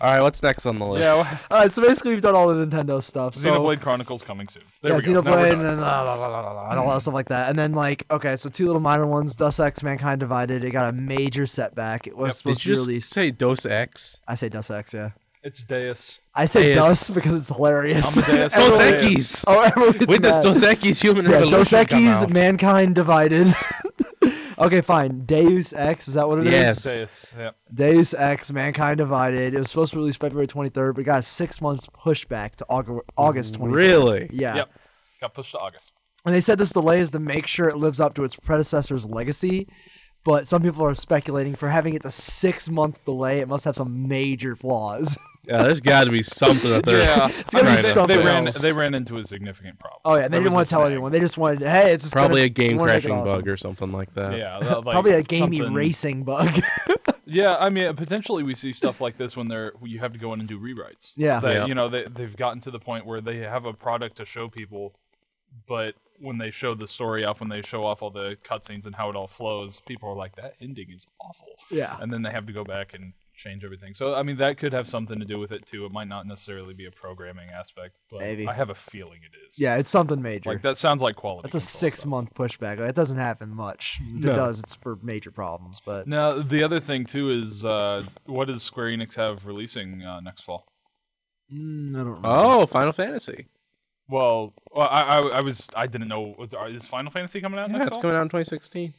Speaker 5: All right, what's next on the list?
Speaker 3: yeah, well,
Speaker 4: all right, so basically we've done all the Nintendo stuff. So
Speaker 3: Xenoblade Chronicles coming soon. There
Speaker 4: yeah,
Speaker 3: we go. Now we're
Speaker 4: Xenoblade
Speaker 3: done.
Speaker 4: and, la, la, la, la, la, la, and all that stuff like that. And then like okay, so two little minor ones: Dust X, Mankind Divided. It got a major setback. It was supposed
Speaker 5: Did
Speaker 4: to
Speaker 5: you
Speaker 4: be
Speaker 5: just
Speaker 4: released.
Speaker 5: say Dos X?
Speaker 4: I say Dust X, yeah.
Speaker 3: It's Deus.
Speaker 4: I say
Speaker 5: Deus.
Speaker 4: Dust because it's hilarious.
Speaker 3: Amadeus.
Speaker 4: Everyone-
Speaker 5: Dos
Speaker 3: Dos Equis.
Speaker 5: Equis.
Speaker 4: Oh, everyone gets
Speaker 5: When does
Speaker 4: mad.
Speaker 5: Dos Equis Human
Speaker 4: Yeah,
Speaker 5: Revolution
Speaker 4: Dos
Speaker 5: come
Speaker 4: Equis,
Speaker 5: out?
Speaker 4: Mankind Divided. okay, fine. Deus Ex, is that what it is?
Speaker 5: Yes.
Speaker 3: Deus. Yeah.
Speaker 4: Deus Ex: Mankind Divided. It was supposed to release February 23rd, but it got a six months pushback to August August 23rd.
Speaker 5: Really?
Speaker 4: Yeah.
Speaker 3: Yep. Got pushed to August.
Speaker 4: And they said this delay is to make sure it lives up to its predecessor's legacy. But some people are speculating for having it the six month delay, it must have some major flaws.
Speaker 5: Yeah, there's got to be something that they're.
Speaker 3: it's
Speaker 4: gotta
Speaker 5: be
Speaker 4: something
Speaker 3: They ran.
Speaker 4: else.
Speaker 3: They ran into a significant problem.
Speaker 4: Oh yeah, they
Speaker 3: There
Speaker 4: didn't
Speaker 3: was
Speaker 4: want
Speaker 3: a
Speaker 4: to tell
Speaker 3: snag.
Speaker 4: anyone. They just wanted, hey, it's just gonna-
Speaker 5: Probably a
Speaker 4: we
Speaker 5: game
Speaker 4: wanna make it
Speaker 5: crashing
Speaker 4: awesome."
Speaker 5: bug or something like that.
Speaker 3: Yeah. that, like,
Speaker 4: Probably a gamey
Speaker 3: something-
Speaker 4: racing bug.
Speaker 3: Yeah, I mean, potentially we see stuff like this when they're when you have to go in and do rewrites.
Speaker 4: Yeah.
Speaker 3: That,
Speaker 5: Yeah.
Speaker 3: you know they they've gotten to the point where they have a product to show people, but when they show the story off, when they show off all the cutscenes and how it all flows, people are like, "That ending is awful,"
Speaker 4: Yeah.
Speaker 3: and then they have to go back and change everything. So I mean, that could have something to do with it too. It might not necessarily be a programming aspect, but
Speaker 4: Maybe.
Speaker 3: I have a feeling it is.
Speaker 4: Yeah, it's something major.
Speaker 3: like that sounds like quality.
Speaker 4: That's a
Speaker 3: control
Speaker 4: six
Speaker 3: stuff.
Speaker 4: month pushback. Like, It doesn't happen much. If
Speaker 3: No.
Speaker 4: it does, it's for major problems. But
Speaker 3: Now the other thing too is uh, what does Square Enix have releasing uh, next fall?
Speaker 4: Mm, I don't remember.
Speaker 5: Oh, Final Fantasy.
Speaker 3: Well, well I, I I was I didn't know is Final Fantasy coming out
Speaker 5: Yeah,
Speaker 3: next
Speaker 5: it's
Speaker 3: fall?
Speaker 5: coming out in 2016.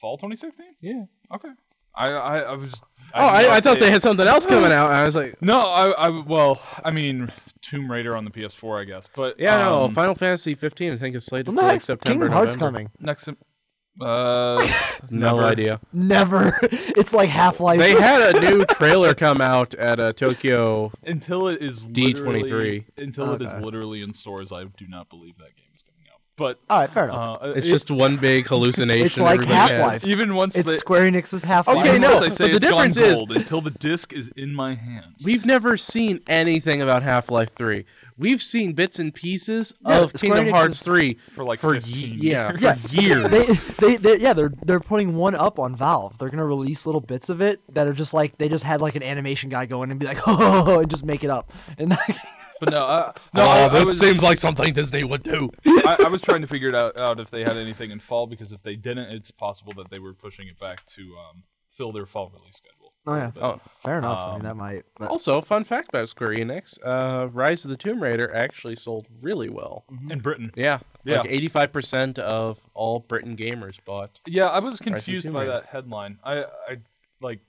Speaker 3: fall 2016.
Speaker 5: Yeah.
Speaker 3: Okay, I I, I was
Speaker 5: Oh,
Speaker 3: didn't know
Speaker 5: I, I
Speaker 3: if
Speaker 5: thought they had something else coming out. and I was like,
Speaker 3: no I I well I mean Tomb Raider on the PS4 I guess, but
Speaker 5: yeah, no.
Speaker 3: um,
Speaker 5: Final Fantasy 15, I think, is slated
Speaker 4: When
Speaker 5: for
Speaker 4: the
Speaker 5: like
Speaker 4: heck's
Speaker 5: September.
Speaker 4: Kingdom Hearts
Speaker 5: November.
Speaker 4: coming?
Speaker 3: next uh
Speaker 5: No
Speaker 3: Never.
Speaker 5: idea.
Speaker 4: Never. it's like Half Life.
Speaker 5: They had a new trailer come out at a Tokyo.
Speaker 3: until it is
Speaker 5: D23.
Speaker 3: literally- until it is
Speaker 4: Okay.
Speaker 3: literally in stores I do not believe that game is coming out, but.
Speaker 4: All right, fair enough.
Speaker 3: Uh,
Speaker 5: It's
Speaker 3: it-
Speaker 5: just one big hallucination.
Speaker 4: It's like
Speaker 5: everybody has.
Speaker 4: Half-Life.
Speaker 3: even once
Speaker 4: it's
Speaker 3: they,
Speaker 4: Square Enix's Half Life.
Speaker 5: Okay,
Speaker 3: Even
Speaker 5: no,
Speaker 3: once I say
Speaker 5: but the
Speaker 3: it's gone
Speaker 5: difference is-
Speaker 3: gold, until the disc is in my hands.
Speaker 5: We've never seen anything about Half Life 3. We've seen bits and pieces
Speaker 4: Yeah,
Speaker 5: of
Speaker 4: Square
Speaker 5: Kingdom
Speaker 4: Enix
Speaker 5: Hearts
Speaker 4: is-
Speaker 5: 3
Speaker 3: For like
Speaker 5: for
Speaker 3: 15
Speaker 5: yeah,
Speaker 3: years.
Speaker 5: for years.
Speaker 4: They, they, they, yeah, they're they're putting one up on Valve. They're gonna release little bits of it that are just like they just had like an animation guy go in and be like, oh, and just make it up. And like,
Speaker 3: but no, uh, no,
Speaker 5: Oh,
Speaker 3: I, I
Speaker 5: this
Speaker 3: was,
Speaker 5: seems like something Disney would do.
Speaker 3: I, I was trying to figure it out, out if they had anything in fall because if they didn't, it's possible that they were pushing it back to um, fill their fall release schedule.
Speaker 4: oh yeah,
Speaker 5: Oh.
Speaker 4: fair enough. I
Speaker 3: Um,
Speaker 4: mean, that might. But,
Speaker 5: Also, fun fact about Square Enix: uh, Rise of the Tomb Raider actually sold really well.
Speaker 4: Mm-hmm.
Speaker 3: In Britain,
Speaker 5: Yeah,
Speaker 3: Yeah.
Speaker 5: like eighty-five percent of all Britain gamers bought.
Speaker 3: yeah, I was confused
Speaker 5: Tomb
Speaker 3: by
Speaker 5: Raider.
Speaker 3: that headline. I, I like,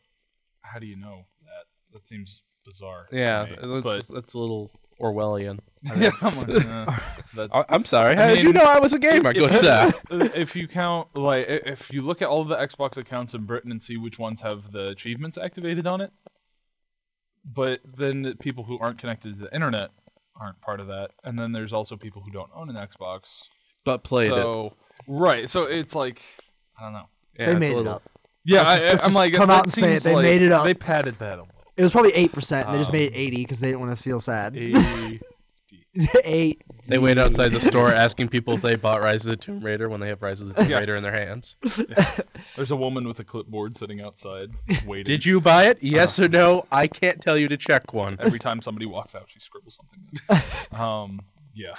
Speaker 3: how do you know that? That seems bizarre. to
Speaker 5: Yeah,
Speaker 3: me,
Speaker 5: that's,
Speaker 3: but
Speaker 5: that's a little Orwellian.
Speaker 3: yeah, I'm like, uh, that-
Speaker 5: I, I'm sorry. How did
Speaker 3: mean,
Speaker 5: you know I was a gamer? Good sir.
Speaker 3: Uh, if you count like i- if you look at all the Xbox accounts in Britain and see which ones have the achievements activated on it, but then the people who aren't connected to the internet aren't part of that, and then there's also people who don't own an Xbox.
Speaker 5: But played it.
Speaker 3: so right, so it's like I don't know.
Speaker 5: Yeah,
Speaker 4: They
Speaker 5: it's a
Speaker 4: made it
Speaker 5: little-
Speaker 4: up.
Speaker 3: Yeah,
Speaker 4: Let's just-
Speaker 3: I,
Speaker 4: let's
Speaker 3: I'm
Speaker 4: just
Speaker 3: like
Speaker 4: come
Speaker 3: that
Speaker 4: out and say it.
Speaker 3: seems
Speaker 4: They
Speaker 3: like
Speaker 4: made it up.
Speaker 3: They padded that a little.
Speaker 4: It was probably eight percent, and they just made it
Speaker 3: Um,
Speaker 4: eighty because they didn't want to feel sad.
Speaker 3: A-
Speaker 4: eight.
Speaker 5: They wait outside the store asking people if they bought Rise of the Tomb Raider when they have Rise of the Tomb
Speaker 3: Yeah.
Speaker 5: Raider in their hands.
Speaker 3: there's a woman with a clipboard sitting outside waiting.
Speaker 5: Did you buy it? Yes or no? I can't tell you to check one.
Speaker 3: every time somebody walks out, she scribbles something. down. um, yeah.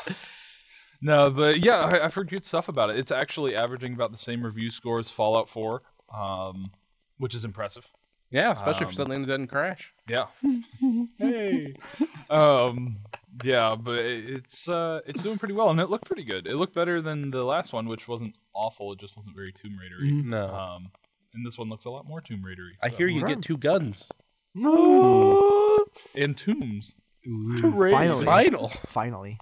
Speaker 3: No, but yeah, I, I've heard good stuff about it. It's actually averaging about the same review score as Fallout 4, um, which is impressive.
Speaker 5: Yeah, especially
Speaker 3: Um,
Speaker 5: for something that doesn't crash.
Speaker 3: Yeah. hey. Um. Yeah, but it- it's uh, it's doing pretty well, and it looked pretty good. It looked better than the last one, which wasn't awful. It just wasn't very Tomb Raidery.
Speaker 5: No.
Speaker 3: Um, and this one looks a lot more Tomb Raidery.
Speaker 5: I hear you get two guns.
Speaker 3: and tombs.
Speaker 4: Finally.
Speaker 5: Final.
Speaker 4: Finally.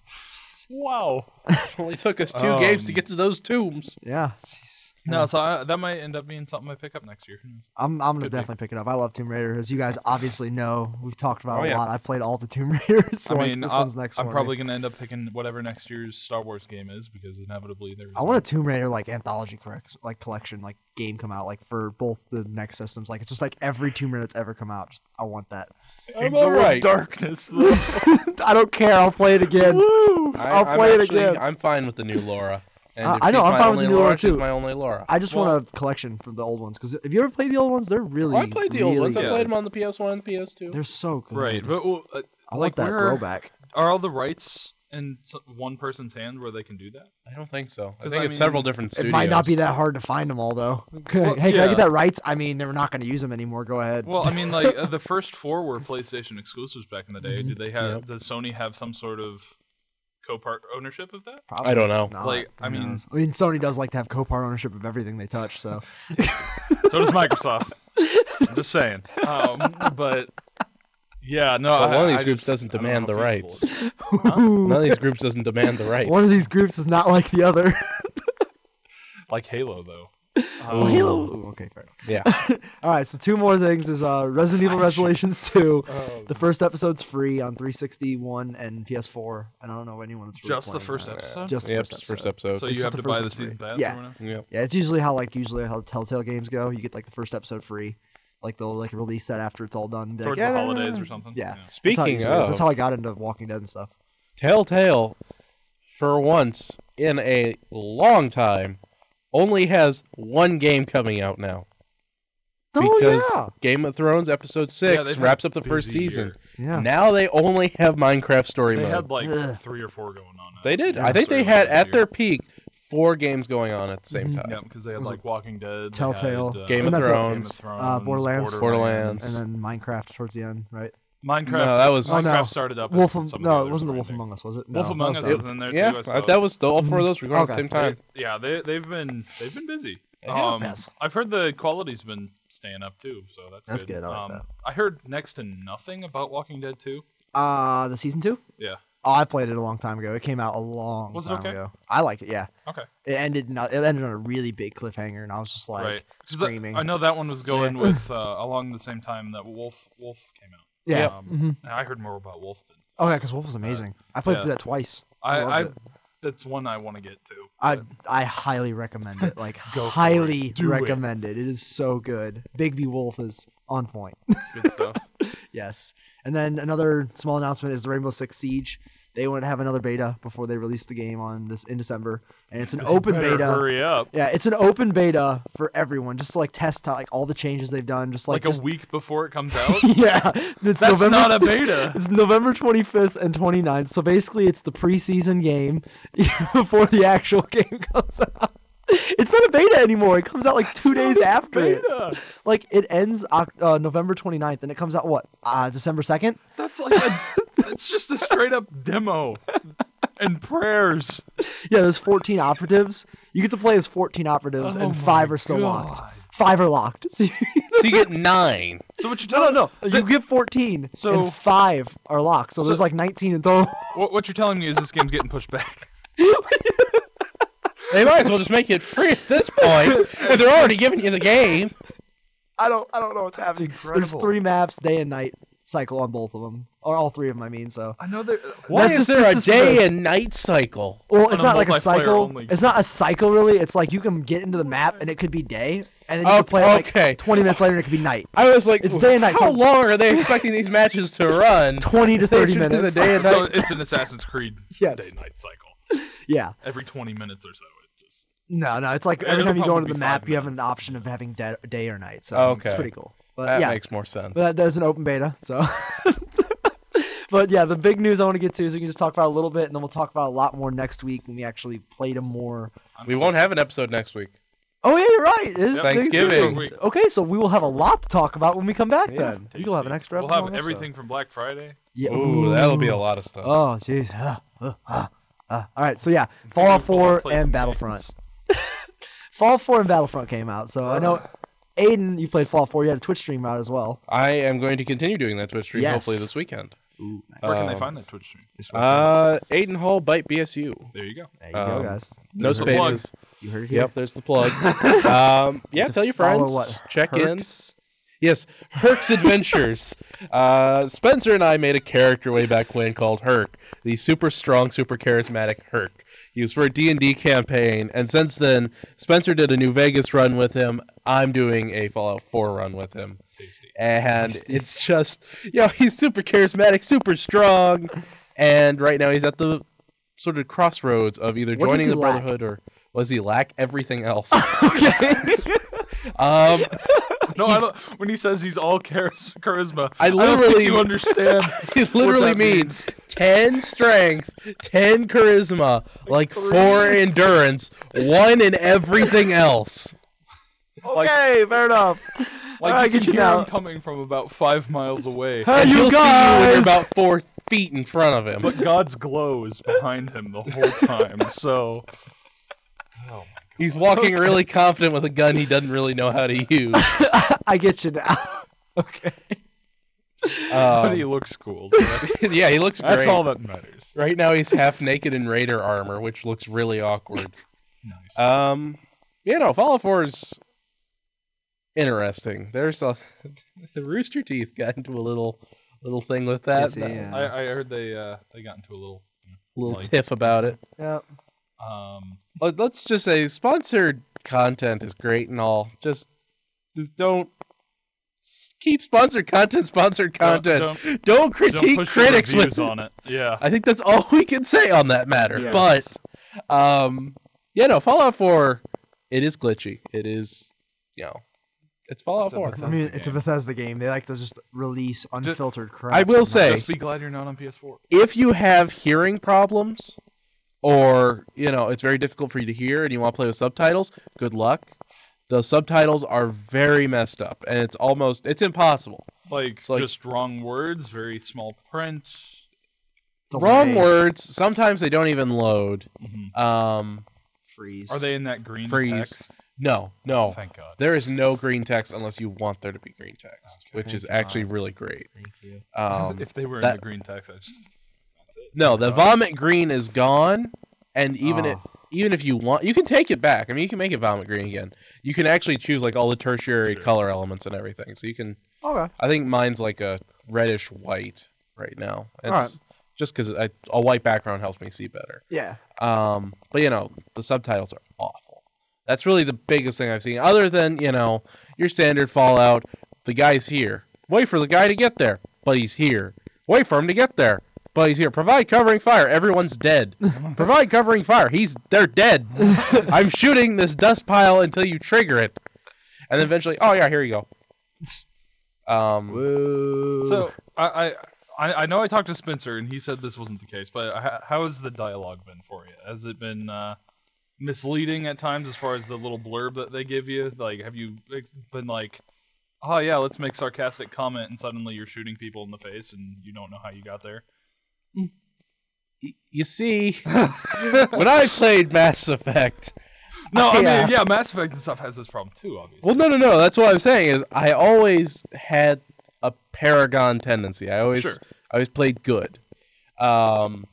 Speaker 3: Wow.
Speaker 5: Only took us two
Speaker 3: Um,
Speaker 5: games to get to those tombs.
Speaker 4: Yeah. Jeez.
Speaker 3: No, so I, that might end up being something I pick up next year. Who knows?
Speaker 4: I'm, I'm gonna
Speaker 3: Could be.
Speaker 4: definitely pick it up. I love Tomb Raider, as you guys obviously know. We've talked about
Speaker 5: Oh,
Speaker 4: it a
Speaker 5: yeah.
Speaker 4: lot. I played all the Tomb Raiders, so
Speaker 3: I
Speaker 4: like,
Speaker 3: mean,
Speaker 4: this
Speaker 3: I,
Speaker 4: one's next.
Speaker 3: I'm
Speaker 4: for me.
Speaker 3: probably going to end up picking whatever next year's Star Wars game is because inevitably there.
Speaker 4: I want a Tomb Raider like anthology correct like collection like game come out like for both the next systems. Like it's just like every Tomb Raider that's ever come out. Just, I want that.
Speaker 5: I'm alright.
Speaker 3: darkness. though.
Speaker 4: I don't care. I'll play it again. I'll
Speaker 5: I'm
Speaker 4: play it
Speaker 5: actually-
Speaker 4: again.
Speaker 5: I'm fine with the new Laura. And
Speaker 4: Uh,
Speaker 5: if
Speaker 4: I know,
Speaker 5: she's
Speaker 4: I'm
Speaker 5: my
Speaker 4: fine with the
Speaker 5: only
Speaker 4: new Laura,
Speaker 5: Laura, she's
Speaker 4: too.
Speaker 5: my only Laura.
Speaker 4: I just want a collection from the old ones because have you ever played the old ones? They're really.
Speaker 5: Well, Oh, I played the old
Speaker 4: really
Speaker 5: ones. I
Speaker 4: good.
Speaker 5: played them on the PS1 and PS2.
Speaker 4: They're so good.
Speaker 3: right, but well, uh,
Speaker 4: I
Speaker 3: like
Speaker 4: like that
Speaker 3: where
Speaker 4: throwback.
Speaker 3: are all the rights in s- one person's hand where they can do that?
Speaker 5: I don't think so. I
Speaker 3: 'Cause
Speaker 5: think
Speaker 3: I
Speaker 5: it's
Speaker 3: mean-
Speaker 5: several different studios.
Speaker 4: It might not be that hard to find them all though. hey, can I
Speaker 3: yeah.
Speaker 4: get that rights? I mean, they're not going to use them anymore. Go ahead.
Speaker 3: Well, I mean, like uh, the first four were PlayStation exclusives back in the day. Do they have?
Speaker 5: Yep.
Speaker 3: Does Sony have some sort of co-part ownership of that?
Speaker 4: Probably
Speaker 5: I don't know.
Speaker 4: not.
Speaker 3: like, I
Speaker 4: Who
Speaker 3: mean-
Speaker 4: knows? I mean, Sony does like to have Copart ownership of everything they touch. So
Speaker 3: So does Microsoft. I'm just saying. Um, but yeah, no.
Speaker 5: But
Speaker 3: I-
Speaker 5: one of these
Speaker 3: I
Speaker 5: groups
Speaker 3: just-
Speaker 5: doesn't
Speaker 3: I don't know
Speaker 5: demand the
Speaker 3: how feasible
Speaker 5: rights.
Speaker 3: it is.
Speaker 5: None of these groups doesn't demand the rights.
Speaker 4: one of these groups is not like the other.
Speaker 3: Like Halo, though.
Speaker 5: Ooh.
Speaker 3: Um,
Speaker 4: Ooh, okay, fair enough.
Speaker 5: Yeah.
Speaker 4: All right, so two more things is uh, Resident Evil Resolutions 2.
Speaker 3: Oh.
Speaker 4: The first episode's free on 361 and PS4. And I don't know anyone that's really
Speaker 3: Just the
Speaker 4: playing
Speaker 3: first
Speaker 4: that.
Speaker 3: episode.
Speaker 4: Just the
Speaker 5: Yep,
Speaker 4: first
Speaker 5: it's
Speaker 4: episode.
Speaker 5: first episode.
Speaker 3: So
Speaker 4: It's
Speaker 3: you
Speaker 4: just
Speaker 3: have
Speaker 4: the
Speaker 3: to buy the
Speaker 4: first one's
Speaker 3: season
Speaker 4: free.
Speaker 3: pass.
Speaker 4: Yeah.
Speaker 3: Or whatever?
Speaker 5: Yep.
Speaker 4: Yeah, it's usually how like usually how Telltale games go. You get like the first episode free. Like they'll like release that after it's all done. and be like,
Speaker 3: towards
Speaker 4: "Yeah,
Speaker 3: the
Speaker 4: no, no, no,
Speaker 3: holidays
Speaker 4: no."
Speaker 3: or something.
Speaker 4: Yeah. That's how I
Speaker 5: Speaking
Speaker 4: usually is.
Speaker 5: of
Speaker 4: that's how I got into Walking Dead and stuff.
Speaker 5: Telltale, for once in a long time, only has one game coming out now. Because
Speaker 4: oh
Speaker 5: Game of Thrones episode
Speaker 3: Yeah,
Speaker 5: six
Speaker 3: they've had
Speaker 5: wraps up
Speaker 3: a
Speaker 5: the first
Speaker 3: busy
Speaker 5: season.
Speaker 3: year.
Speaker 4: yeah, yeah.
Speaker 5: Now they only have Minecraft story
Speaker 3: They
Speaker 5: mode.
Speaker 3: had like
Speaker 4: Ugh.
Speaker 3: three or four going on. at-
Speaker 5: they did.
Speaker 3: yeah,
Speaker 5: I think
Speaker 3: sorry,
Speaker 5: they
Speaker 3: like,
Speaker 5: had
Speaker 3: this
Speaker 5: at
Speaker 3: year.
Speaker 5: their peak four games going on at the same
Speaker 4: Mhm.
Speaker 5: time.
Speaker 3: Yeah, because they
Speaker 4: It
Speaker 3: had
Speaker 4: was
Speaker 3: like Walking Dead, they
Speaker 4: Telltale,
Speaker 3: had, uh,
Speaker 5: Game of
Speaker 4: And that's it.
Speaker 5: Thrones.
Speaker 3: Game of
Speaker 4: Uh, Borderlands.
Speaker 5: Borderlands.
Speaker 4: And then Minecraft towards the end, right?
Speaker 3: Minecraft.
Speaker 5: No, that was-
Speaker 4: Oh,
Speaker 3: Minecraft
Speaker 4: no.
Speaker 3: started up.
Speaker 4: Wolf,
Speaker 3: at
Speaker 4: Am-
Speaker 3: some of
Speaker 4: no,
Speaker 3: the
Speaker 4: it wasn't the Wolf
Speaker 3: other
Speaker 4: Among Us, was it?
Speaker 3: Wolf
Speaker 4: no,
Speaker 3: Among
Speaker 4: that
Speaker 3: Us
Speaker 4: was
Speaker 3: was in there
Speaker 5: Yeah,
Speaker 3: too. I
Speaker 5: I-
Speaker 3: suppose.
Speaker 5: that was all four of those were going at the
Speaker 4: Okay.
Speaker 5: same time.
Speaker 3: Yeah, they they've been they've been busy.
Speaker 5: They have
Speaker 3: Um,
Speaker 5: been.
Speaker 3: I've heard the quality's been staying up too, so that's
Speaker 4: That's
Speaker 3: good.
Speaker 4: good, I like
Speaker 3: um,
Speaker 4: that.
Speaker 3: I heard next to nothing about Walking Dead 2.
Speaker 4: Uh, the season two.
Speaker 3: Yeah.
Speaker 4: Oh, I played it a long time ago. It came out a long
Speaker 3: Was it
Speaker 4: time
Speaker 3: okay?
Speaker 4: ago. I liked it. Yeah.
Speaker 3: Okay.
Speaker 4: It ended. In, a- it ended on a really big cliffhanger, and I was just like
Speaker 3: right. 'Cause I-
Speaker 4: screaming.
Speaker 3: I, know that one was going with uh, along the same time that Wolf Wolf came out.
Speaker 4: Yeah.
Speaker 3: Um,
Speaker 4: Mhm.
Speaker 3: and I heard more about Wolf than
Speaker 4: Oh yeah, because Wolf was amazing. I played
Speaker 3: yeah.
Speaker 4: through that twice.
Speaker 3: I.
Speaker 4: loved
Speaker 3: I,
Speaker 4: it.
Speaker 3: that's one I want to get to.
Speaker 4: I I highly recommend it. Like
Speaker 3: Go for it.
Speaker 4: highly
Speaker 3: Do it.
Speaker 4: recommend it. It is so good. Bigby Wolf is on point.
Speaker 3: Good stuff.
Speaker 4: yes. And then another small announcement is the Rainbow Six Siege. They want to have another beta before they release the game on this in December, and it's an open
Speaker 3: Better
Speaker 4: beta.
Speaker 3: Hurry up.
Speaker 4: Yeah, it's an open beta for everyone, just to, like test out like all the changes they've done. Just
Speaker 3: Like,
Speaker 4: like, just,
Speaker 3: a week before it comes out.
Speaker 4: yeah, it's
Speaker 3: That's
Speaker 4: November,
Speaker 3: not a beta.
Speaker 4: It's November 25th and 29th. So basically, it's the preseason game before the actual game comes out. It's not a beta anymore. It comes out like two days after. it.
Speaker 3: beta.
Speaker 4: Like it ends Oc- uh, November 29th and it comes out what? Uh, December 2nd?
Speaker 3: That's like a. it's just a straight up demo, and prayers.
Speaker 4: Yeah, there's 14 operatives. You get to play as 14 operatives
Speaker 3: Oh
Speaker 4: and five
Speaker 3: my
Speaker 4: are still
Speaker 3: God.
Speaker 4: locked. Five are locked. So you-
Speaker 5: So you get nine.
Speaker 3: So what you're
Speaker 4: No,
Speaker 3: telling
Speaker 4: no, no. You get 14,
Speaker 3: So-
Speaker 4: and five are locked. So, there's like 19 in total.
Speaker 3: What, what you're telling me is this game's getting pushed back.
Speaker 5: They might as well just make it free at this point. if they're already giving you the game.
Speaker 4: I don't, I don't know what's happening. There's
Speaker 3: incredible.
Speaker 4: three maps, day and night cycle on both of them, or all three of them. I mean, so.
Speaker 3: I know that.
Speaker 5: Why
Speaker 4: That's
Speaker 5: is
Speaker 4: just-
Speaker 5: there a
Speaker 4: this is for this.
Speaker 5: day and night cycle?
Speaker 4: Well, it's
Speaker 3: a
Speaker 4: not like a
Speaker 3: multiplayer
Speaker 4: cycle.
Speaker 3: only.
Speaker 4: It's not a cycle really. It's like you can get into the map and it could be day, and then you can
Speaker 5: Okay,
Speaker 4: play it, like
Speaker 5: okay.
Speaker 4: 20 minutes later and it could be night.
Speaker 5: I was like,
Speaker 4: It's day and night, so-
Speaker 5: How long are they expecting these matches to run?
Speaker 4: 20 to
Speaker 5: They
Speaker 4: 30
Speaker 5: should do the
Speaker 4: minutes.
Speaker 5: day and night.
Speaker 3: So it's an Assassin's Creed
Speaker 4: Yes.
Speaker 3: day-night cycle.
Speaker 4: yeah.
Speaker 3: Every 20 minutes or so, it just
Speaker 4: No, no. It's like every
Speaker 3: it'll
Speaker 4: time you go
Speaker 3: probably
Speaker 4: into the
Speaker 3: be
Speaker 4: map,
Speaker 3: five
Speaker 4: you have an
Speaker 3: minutes.
Speaker 4: option of having de- day or night. So it's
Speaker 5: Okay.
Speaker 4: pretty cool. But
Speaker 5: that
Speaker 4: yeah.
Speaker 5: makes more sense.
Speaker 4: But there's an open beta, so. but yeah, the big news I want to get to is we can just talk about a little bit, and then we'll talk about a lot more next week when we actually play them more.
Speaker 3: I'm
Speaker 5: We
Speaker 3: so
Speaker 5: won't have an episode next week.
Speaker 4: Oh yeah, you're right. It is
Speaker 3: Yep.
Speaker 5: Thanksgiving.
Speaker 3: Week.
Speaker 4: Okay, so we will have a lot to talk about when we come back.
Speaker 5: Yeah,
Speaker 4: then we'll have an extra.
Speaker 3: We'll
Speaker 4: episode
Speaker 3: have
Speaker 4: on this, uh, so-
Speaker 3: everything from Black Friday.
Speaker 4: Yeah.
Speaker 5: Ooh, that'll be a
Speaker 4: Ooh.
Speaker 5: lot of stuff.
Speaker 4: Oh jeez. Ah, ah, ah, ah. All right, so yeah, Fallout
Speaker 3: we'll play
Speaker 4: 4
Speaker 3: some
Speaker 4: and
Speaker 3: games.
Speaker 4: Battlefront. Fallout 4 and Battlefront came out, so I
Speaker 3: Uh.
Speaker 4: know. Aiden, you played Fallout 4. You had a Twitch stream out as well.
Speaker 5: I am going to continue doing that Twitch stream
Speaker 4: Yes.
Speaker 5: hopefully this weekend.
Speaker 4: Ooh, nice.
Speaker 3: Where can they
Speaker 5: Um,
Speaker 3: find that Twitch stream?
Speaker 4: This worked out.
Speaker 5: Uh, Aiden Hall, Bite BSU.
Speaker 3: There you go.
Speaker 4: there you go,
Speaker 5: um,
Speaker 4: guys.
Speaker 5: No
Speaker 3: There's the plug.
Speaker 5: spaces.
Speaker 4: You heard it here.
Speaker 5: Yep, there's the plug. um, yeah,
Speaker 4: To
Speaker 5: tell your friends.
Speaker 4: follow what?
Speaker 5: Check
Speaker 4: Herx?
Speaker 5: in. Yes, Herc's Adventures. uh, Spencer and I made a character way back when called Herc, the super strong, super charismatic Herc. He was for a D&D campaign, and since then, Spencer did a New Vegas run with him. I'm doing a Fallout 4 run with him.
Speaker 3: Tasty.
Speaker 5: And it's just, you know, he's super charismatic, super strong, and right now he's at the sort of crossroads of either
Speaker 4: What does
Speaker 5: joining
Speaker 4: he
Speaker 5: the
Speaker 4: lack?
Speaker 5: Brotherhood or was he lack everything else?
Speaker 4: Okay.
Speaker 5: Um,
Speaker 3: No, I don't, when he says he's all charis- charisma,
Speaker 5: I
Speaker 3: I don't
Speaker 5: literally-
Speaker 3: think you understand.
Speaker 5: it literally
Speaker 3: that
Speaker 5: means 10 strength, 10 charisma, like 4 endurance, 1 in everything else.
Speaker 4: okay, fair enough. All
Speaker 3: Like
Speaker 4: right,
Speaker 3: you
Speaker 4: get
Speaker 3: can
Speaker 4: you
Speaker 3: hear
Speaker 4: now.
Speaker 3: him coming from about five miles away.
Speaker 4: Hey,
Speaker 5: And
Speaker 4: you
Speaker 5: he'll see you when
Speaker 4: guys!
Speaker 5: you're about 4 feet in front of him.
Speaker 3: But God's glow is behind him the whole time. So
Speaker 5: He's walking really confident with a gun he doesn't really know how to use.
Speaker 4: I get you now. okay.
Speaker 3: but
Speaker 5: Um,
Speaker 3: he looks cool. So that's,
Speaker 5: yeah, he looks great.
Speaker 3: that's all that matters.
Speaker 5: Right now he's half naked in raider armor, which looks really awkward.
Speaker 3: Nice.
Speaker 5: Um, you know, Fallout 4 is interesting. There's a the Rooster Teeth got into a little little thing with that,
Speaker 4: TC,
Speaker 5: that-
Speaker 4: yeah.
Speaker 3: I, I heard they uh, they got into a little
Speaker 5: little
Speaker 3: Like-
Speaker 5: tiff about it.
Speaker 4: Yeah.
Speaker 3: um
Speaker 5: But let's just say sponsored content is great and all. Just just don't S- Keep sponsored content, sponsored
Speaker 3: Uh,
Speaker 5: content. Don't,
Speaker 3: don't-
Speaker 5: critique
Speaker 3: push your
Speaker 5: critics with
Speaker 3: reviews on it. Yeah.
Speaker 5: I think that's all we can say on that matter.
Speaker 4: Yes.
Speaker 5: But um yeah, no, Fallout 4 it is glitchy. It is, you know, it's Fallout
Speaker 3: It's a
Speaker 5: 4.
Speaker 4: I
Speaker 3: Bethesda
Speaker 4: mean, it's a
Speaker 3: game.
Speaker 4: Bethesda game. They like to just release unfiltered crap.
Speaker 5: I will
Speaker 4: sometimes.
Speaker 5: say-
Speaker 3: Just be glad you're not on PS4.
Speaker 5: if you have hearing problems or you know it's very difficult for you to hear and you want to play with subtitles good luck the subtitles are very messed up and it's almost it's impossible
Speaker 3: Like,
Speaker 5: like-
Speaker 3: just wrong words, very small print.
Speaker 5: wrong
Speaker 4: Delays,
Speaker 5: words sometimes they don't even load
Speaker 3: Mhm.
Speaker 5: um
Speaker 4: Freeze.
Speaker 3: Are they in that green
Speaker 5: Freeze.
Speaker 3: text?
Speaker 5: no no
Speaker 3: Thank God.
Speaker 5: there is no green text unless you want there to be green text which
Speaker 4: Thank
Speaker 5: is actually really great
Speaker 3: Thank you.
Speaker 5: um,
Speaker 3: if they were in
Speaker 5: that-
Speaker 3: the green text, I just
Speaker 5: no Oh. the vomit green is gone and even it
Speaker 4: Ah.
Speaker 5: even if you want, you can take it back. I mean, you can make it vomit green again. You can actually choose like all the tertiary
Speaker 3: Sure.
Speaker 5: color elements and everything. So you can.
Speaker 4: Okay.
Speaker 5: I think mine's like a reddish white right now. It's
Speaker 4: Alright.
Speaker 5: Just because a white background helps me see better.
Speaker 4: Yeah.
Speaker 5: Um, but you know, the subtitles are awful. That's really the biggest thing I've seen. Other than you know your standard Fallout, the guy's here. Wait for the guy to get there, but he's here. Wait for him to get there, but he's here. Provide covering fire. Everyone's dead. Provide covering fire. He's they're dead. I'm shooting this dust pile until you trigger it, and then eventually, oh yeah, here you go. Um,
Speaker 4: Woo.
Speaker 3: So I, I- I I know I talked to Spencer and he said this wasn't the case, but h- how has the dialogue been for you? Has it been uh, misleading at times as far as the little blurb that they give you? Like, have you ex- been like, oh yeah, let's make sarcastic comment, and suddenly you're shooting people in the face and you don't know how you got there?
Speaker 5: y- you see, when I played Mass Effect.
Speaker 3: No, I
Speaker 5: Yeah.
Speaker 3: mean yeah, Mass Effect and stuff has this problem too, obviously.
Speaker 5: Well, no, no, no. That's what I'm saying is I always had a paragon tendency. I always,
Speaker 3: Sure.
Speaker 5: I always played good. Um,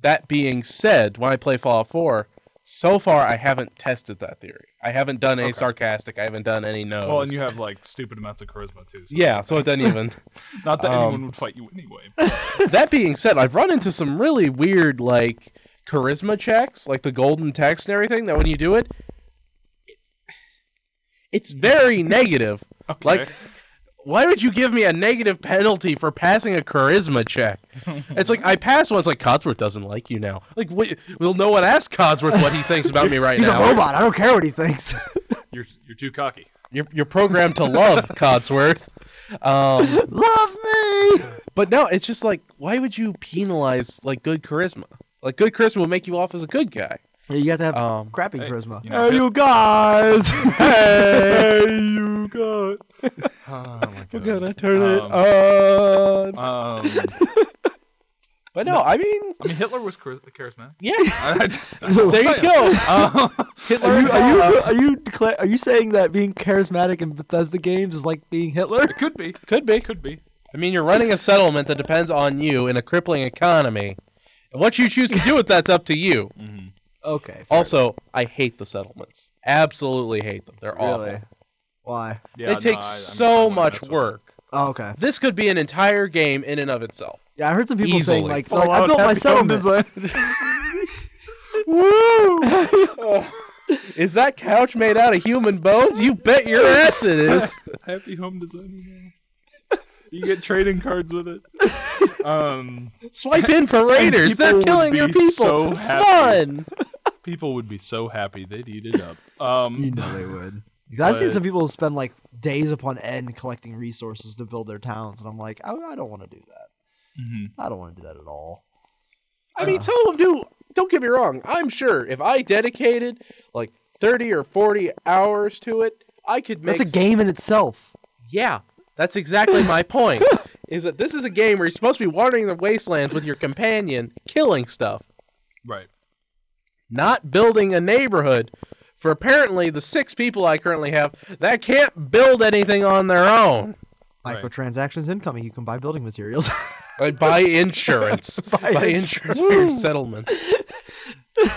Speaker 5: that being said, when I play Fallout 4, so far I haven't tested that theory. I haven't done any
Speaker 3: Okay.
Speaker 5: sarcastic. I haven't done any no.
Speaker 3: Well, and you have like stupid amounts of charisma too. So
Speaker 5: yeah, so it doesn't even.
Speaker 3: Not that
Speaker 5: Um,
Speaker 3: anyone would fight you anyway. but-
Speaker 5: that being said, I've run into some really weird like charisma checks, like the golden text and everything. That when you do it, it- it's very negative. Like,
Speaker 3: Okay.
Speaker 5: why would you give me a negative penalty for passing a charisma check? it's like I pass one. It's like Codsworth doesn't like you now. Like, wait, well, no one asked Codsworth what he thinks about me right
Speaker 4: He's
Speaker 5: now.
Speaker 4: a robot. I don't care what he thinks.
Speaker 3: you're you're too cocky.
Speaker 5: You're, you're programmed to love Codsworth. Um,
Speaker 4: Love me.
Speaker 5: But no, it's just like, why would you penalize like good charisma? Like good charisma will make you off as a good guy.
Speaker 4: Yeah, you got to have
Speaker 5: Um,
Speaker 4: crappy
Speaker 3: Hey,
Speaker 4: charisma.
Speaker 3: you know,
Speaker 4: hey, you guys.
Speaker 5: hey, you got,
Speaker 3: Oh my
Speaker 5: we're
Speaker 3: god.
Speaker 5: gonna turn it
Speaker 3: Um,
Speaker 5: on.
Speaker 3: Um,
Speaker 5: But no, I mean,
Speaker 3: I mean, Hitler was char- charismatic.
Speaker 5: yeah,
Speaker 3: I, I just,
Speaker 5: there you go.
Speaker 3: Uh,
Speaker 5: Hitler.
Speaker 4: Are
Speaker 5: and
Speaker 4: you are you
Speaker 5: Fallout.
Speaker 4: are you decla- are you saying that being charismatic in Bethesda games is like being Hitler?
Speaker 3: it could be.
Speaker 5: Could be.
Speaker 3: Could be.
Speaker 5: I mean, you're running a settlement that depends on you in a crippling economy. And what you choose to do with that's up to you.
Speaker 4: Okay.
Speaker 5: Also, I hate the settlements. Absolutely hate them. They're
Speaker 4: Really?
Speaker 5: awful.
Speaker 4: Why?
Speaker 3: Yeah,
Speaker 5: they
Speaker 3: no,
Speaker 5: take
Speaker 3: I- I'm
Speaker 5: so
Speaker 3: with you.
Speaker 5: much
Speaker 3: That's what-
Speaker 5: work.
Speaker 4: Oh, okay.
Speaker 5: This could be an entire game in and of itself.
Speaker 4: Yeah, I heard some people saying
Speaker 5: Easily.
Speaker 4: like, like, Oh, I
Speaker 3: Fallout
Speaker 4: built my
Speaker 3: had become
Speaker 4: settlement.
Speaker 5: Woo! is that couch made out of human bones? You bet your ass it is.
Speaker 3: Happy home design. you know. You get trading cards with it. Um,
Speaker 5: Swipe in for raiders. They're
Speaker 3: people would
Speaker 5: killing your
Speaker 3: be
Speaker 5: people.
Speaker 3: so happy.
Speaker 5: Fun.
Speaker 3: people would be so happy they'd eat it up. Um,
Speaker 4: You know they would. I've seen
Speaker 3: But-
Speaker 4: some people spend like days upon end collecting resources to build their towns, and I'm like, I, I don't want to do that.
Speaker 3: mhm.
Speaker 4: I don't want to do that at all.
Speaker 5: I mean, tell them do. Don't get me wrong. I'm sure if I dedicated like 30 or 40 hours to it, I could make
Speaker 4: That's a game in itself.
Speaker 5: Yeah, that's exactly my point. Is that this is a game where you're supposed to be wandering the wastelands with your companion, killing stuff,
Speaker 3: Right.
Speaker 5: not building a neighborhood. For apparently the six people I currently have that can't build anything on their own.
Speaker 3: Right.
Speaker 4: Microtransactions incoming. You can buy building materials.
Speaker 5: I buy Uh, insurance. buy, insurance for your settlement.